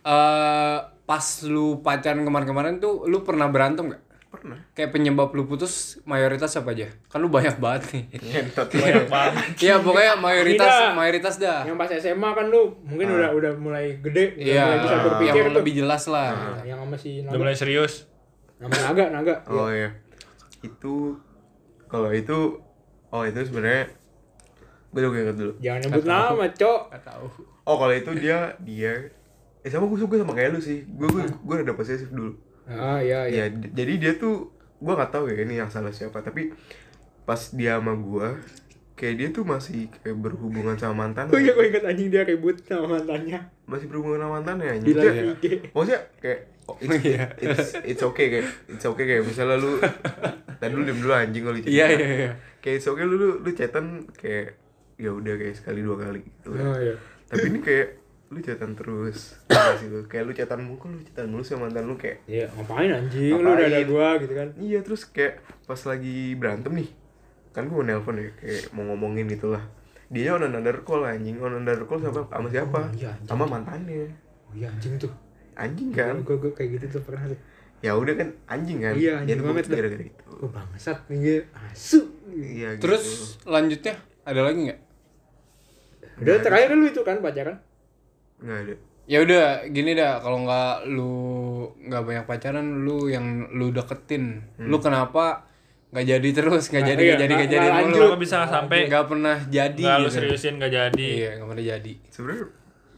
Eh, pas lu pacaran kemarin-kemarin tuh lu pernah berantem gak?
pernah
kayak penyebab lu putus mayoritas apa aja kan lu banyak banget nih
ngentot ya.
banyak banget
Iya pokoknya mayoritas
Tidak.
mayoritas dah
yang pas SMA kan lu mungkin udah udah mulai
Ah.
gede, udah
Iya,
mulai bisa berpikir
yang
tuh.
lebih jelas lah.
Nah, yang sama si
udah
naga,
mulai serius
sama naga, naga.
Oh iya. Itu kalau itu oh itu sebenarnya gue juga ingat dulu.
Jangan nyebut nama, Cok.
Gak tahu.
Oh kalau itu dia dia eh sama gue gue sama kayak lu sih. Gue gue gue ada posesif dulu.
Ah, iya, iya.
Ya d- jadi dia tuh gue nggak tahu ya ini yang salah siapa tapi pas dia sama gue kayak dia tuh masih kayak berhubungan sama mantan
Gue ya, gue inget anjing dia ribut sama mantannya
masih berhubungan sama mantan ya
di live IG.
maksudnya kayak oh, it's, it's, it's okay kayak it's okay kayak misalnya lu tadi lu diem dulu anjing kali
Iya iya iya.
kayak it's okay lu lu, lu chatan kayak ya udah kayak sekali dua kali gitu
Oh, iya.
tapi ini kayak lu chatan terus Parah sih lu. kayak lu chatan mulu kan lu chatan mulu sama mantan lu kayak
Iya, ngapain anjing? Lu udah ada
Ngapain?
gua gitu kan.
iya terus kayak pas lagi berantem nih kan gua mau nelpon ya kayak mau ngomongin gitu lah dia on another call anjing on another call sama sama siapa
Oh, iya, anjing.
sama mantannya
Oh, iya anjing tuh.
anjing kan
Gue gue kayak gitu tuh pernah tuh.
ya udah kan anjing kan
Iya, anjing
Jadi gua
banget dah.
gara-gara itu
Gue bangsat nih, gue asu.
iya
Terus
gitu.
lanjutnya ada lagi nggak?
Udah terakhir lu itu kan pacaran.
nggak ada
Ya udah gini dah kalau nggak lu nggak banyak pacaran lu yang lu deketin. Lu kenapa nggak jadi terus nggak
Hmm. Nah,
jadi
iya,
nggak jadi
nggak-
nggak jadi
nggak
mulu.
kenapa bisa sampai
Nggak pernah jadi.
nggak lu
gitu.
seriusin nggak jadi
Iya nggak pernah jadi.
sebenarnya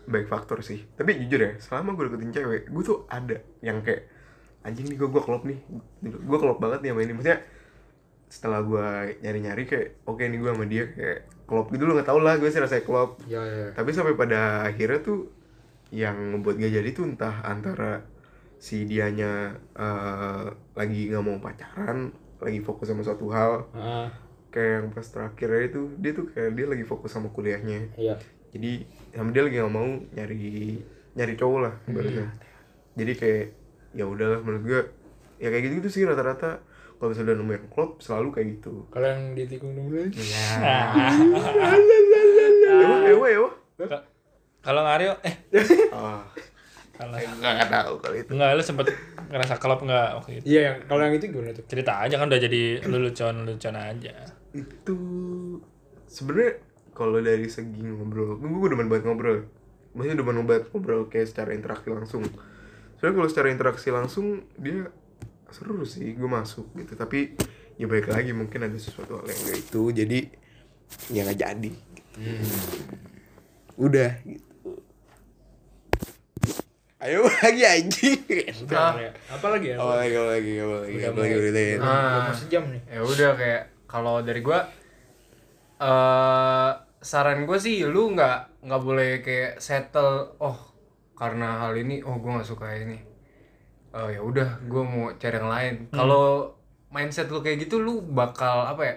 baik faktor sih tapi jujur ya selama gue deketin cewek gue tuh ada yang kayak anjing nih gue gue klop nih gue klop banget nih sama ini maksudnya setelah gue nyari nyari kayak oke nih gue sama dia kayak klop gitu lo nggak tau lah gue sih rasanya klop
Iya, iya.
tapi sampai pada akhirnya tuh yang ngebuat gak jadi tuh entah antara si dianya eh, lagi nggak mau pacaran lagi fokus sama suatu hal
Ah,
kayak yang pas terakhirnya itu dia tuh kayak dia lagi fokus sama kuliahnya
iya.
jadi sama dia lagi nggak mau nyari nyari cowok lah ibaratnya. jadi kayak ya udahlah menurut gue ya kayak gitu, gitu sih rata-rata kalau misalnya udah nemu yang klop selalu kayak gitu
Kalau yang ditikung dulu.
ewa ewa ewa
Kalau Mario, eh
ah
kalau
nggak tahu kalau itu
enggak lu sempet ngerasa kelop enggak waktu itu?
Iya, yang kalau yang itu gimana tuh?
Cerita aja kan udah jadi lelucon-lelucon aja.
itu sebenarnya kalau dari segi ngobrol gue demen banget ngobrol maksudnya demen banget ngobrol kayak secara interaksi langsung soalnya kalau secara interaksi langsung dia seru sih gue masuk gitu tapi ya baik lagi mungkin ada sesuatu hal yang gak itu jadi ya nggak jadi gitu. udah gitu ayo lagi anjing
Apa lagi ya?
apa lagi apa lagi apa lagi apa lagi beritain.
Ah.
Udah sejam nih.
ya udah kayak kalau dari gua eh saran gue sih lu nggak nggak boleh kayak settle oh karena hal ini oh gue nggak suka ini Eh ya udah gue mau cari yang lain kalau mindset lu kayak gitu lu bakal apa ya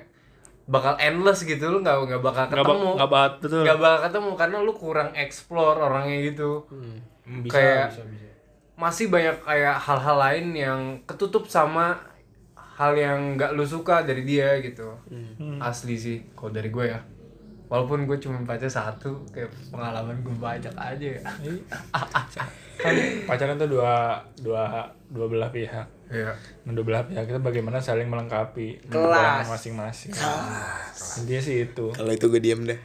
bakal endless gitu lu nggak nggak bakal
Enggak
ketemu
enggak banget betul.
nggak bakal ketemu karena lu kurang explore orangnya gitu
Hmm,
kayak masih banyak kayak hal-hal lain yang ketutup sama hal yang nggak lu suka dari dia gitu asli sih kalau dari gue ya walaupun gue cuma baca satu kayak pengalaman gue banyak aja ya
kan pacaran tuh dua dua dua belah pihak
Iya.
Nah, dua belah pihak kita bagaimana saling melengkapi
Kelas.
kekurangan masing-masing intinya sih itu
kalau itu gue diam dah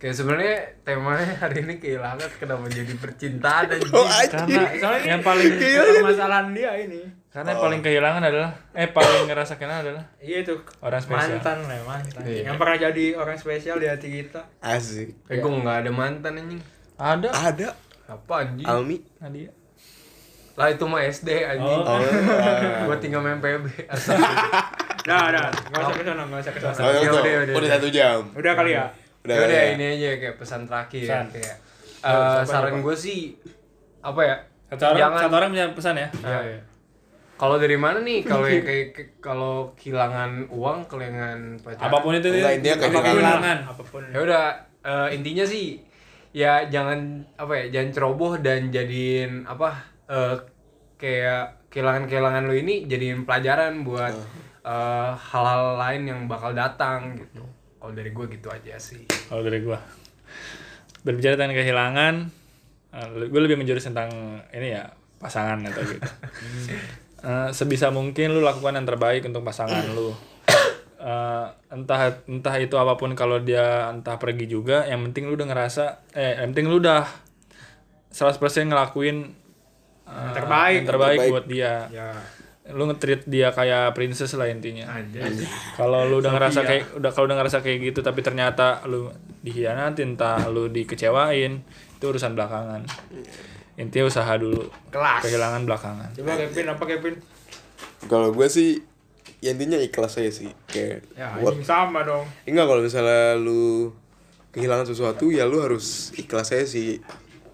kayak sebenarnya temanya hari ini kehilangan kenapa jadi percintaan dan
oh anjing
karena yang paling
iya. Permasalahan dia ini.
karena yang paling kehilangan adalah eh paling ngerasa kehilangan adalah
Iya itu
orang spesial
mantan lah mantan.
Iya.
Yang pernah jadi orang spesial di hati kita.
asik
eh gue nggak ada mantan anjing
ada
ada
apa anjing
Almi
Nadia
lah itu mah SD anjing
oh,
gue tinggal main PB asal
Dah, dah. Enggak Nah, usah ke sana, enggak usah ke sana.
Oh,
Iya,
udah,
udah,
udah,
udah.
satu jam.
Udah kali ya.
Udah,
ya udah
udah.
ini aja kayak pesan terakhir
Pesan. Nah,
kayak
Ya,
eh,
siapa,
saran
siapa?
gue sih apa ya
satu orang
Jangan.
satu orang punya pesan ya
Nah, kalau dari mana nih kalau yang kayak ke- kalau kehilangan uang kehilangan pacar
apapun itu
Enggak, intinya
apapun
kehilangan.
kehilangan
Apapun.
ya udah eh, intinya sih ya jangan apa ya jangan ceroboh dan jadiin apa eh, kayak kehilangan kehilangan lo ini jadiin pelajaran buat eh, hal-hal lain yang bakal datang gitu kalau dari gue gitu aja sih
kalau dari gua berbicara tentang kehilangan gue lebih menjurus tentang ini ya pasangan atau gitu Eh, sebisa mungkin lu lakukan yang terbaik untuk pasangan lu Eh, entah entah itu apapun kalau dia entah pergi juga yang penting lu udah ngerasa eh yang penting lu udah 100% ngelakuin eh, yang
terbaik.
terbaik
Terbaik.
buat dia lu nge-treat dia kayak princess lah intinya
aja
kalau lu udah
ya.
ngerasa kayak udah kalau udah ngerasa kayak gitu tapi ternyata lu dikhianatin entah lu dikecewain itu urusan belakangan intinya usaha dulu
Iya. Kelas.
kehilangan belakangan
Coba Kevin apa Kevin?
Kalau gue sih ya intinya ikhlas aja sih. Kayak
Ya,
buat- Eh,
Sama dong.
enggak kalau misalnya lu kehilangan sesuatu ya lu harus ikhlas aja sih.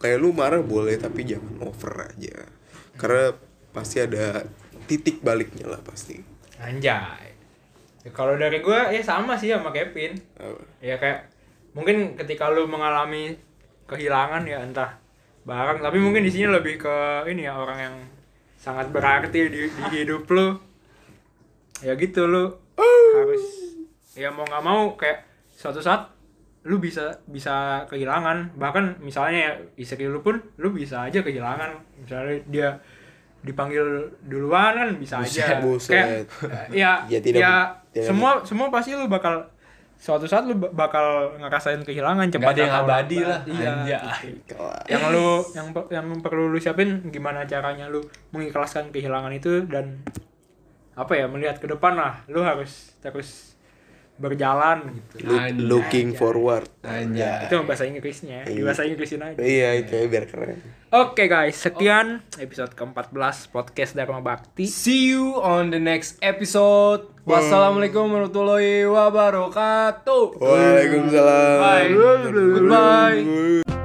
Kayak lu marah boleh tapi jangan over aja. Karena pasti ada titik baliknya lah pasti.
Anjay. Ya, kalau dari gua ya sama sih sama Kevin.
Apa?
Iya.
Ya kayak mungkin ketika lu mengalami kehilangan ya entah barang tapi mungkin di sini lebih ke ini ya orang yang sangat berarti di, di hidup lu. Ya gitu lu harus ya mau nggak mau kayak suatu saat lu bisa bisa kehilangan bahkan misalnya ya istri lu pun lu bisa aja kehilangan misalnya dia dipanggil duluan kan bisa aja
Buset, buset.
Kayak, ya
Ya, tidak-
ya
tidak-
semua semua pasti lu bakal suatu saat lu ba- bakal ngerasain kehilangan cepat
ada yang
atau
abadi
lambat.
lah,
iya
anjay.
gitu.
Ikhlas.
yang lu yang per- yang perlu lu siapin gimana caranya lu mengikhlaskan kehilangan itu dan apa ya melihat ke depan lah lu harus terus berjalan gitu
Look- looking forward.
Anjay.
itu bahasa Inggrisnya di bahasa Inggrisin aja
Iya, itu aja biar keren.
oke guys sekian episode ke-14 podcast Dharma Bakti
See you on the next episode. Wassalamualaikum warahmatullahi wabarakatuh.
Waalaikumsalam.
Bye. Goodbye.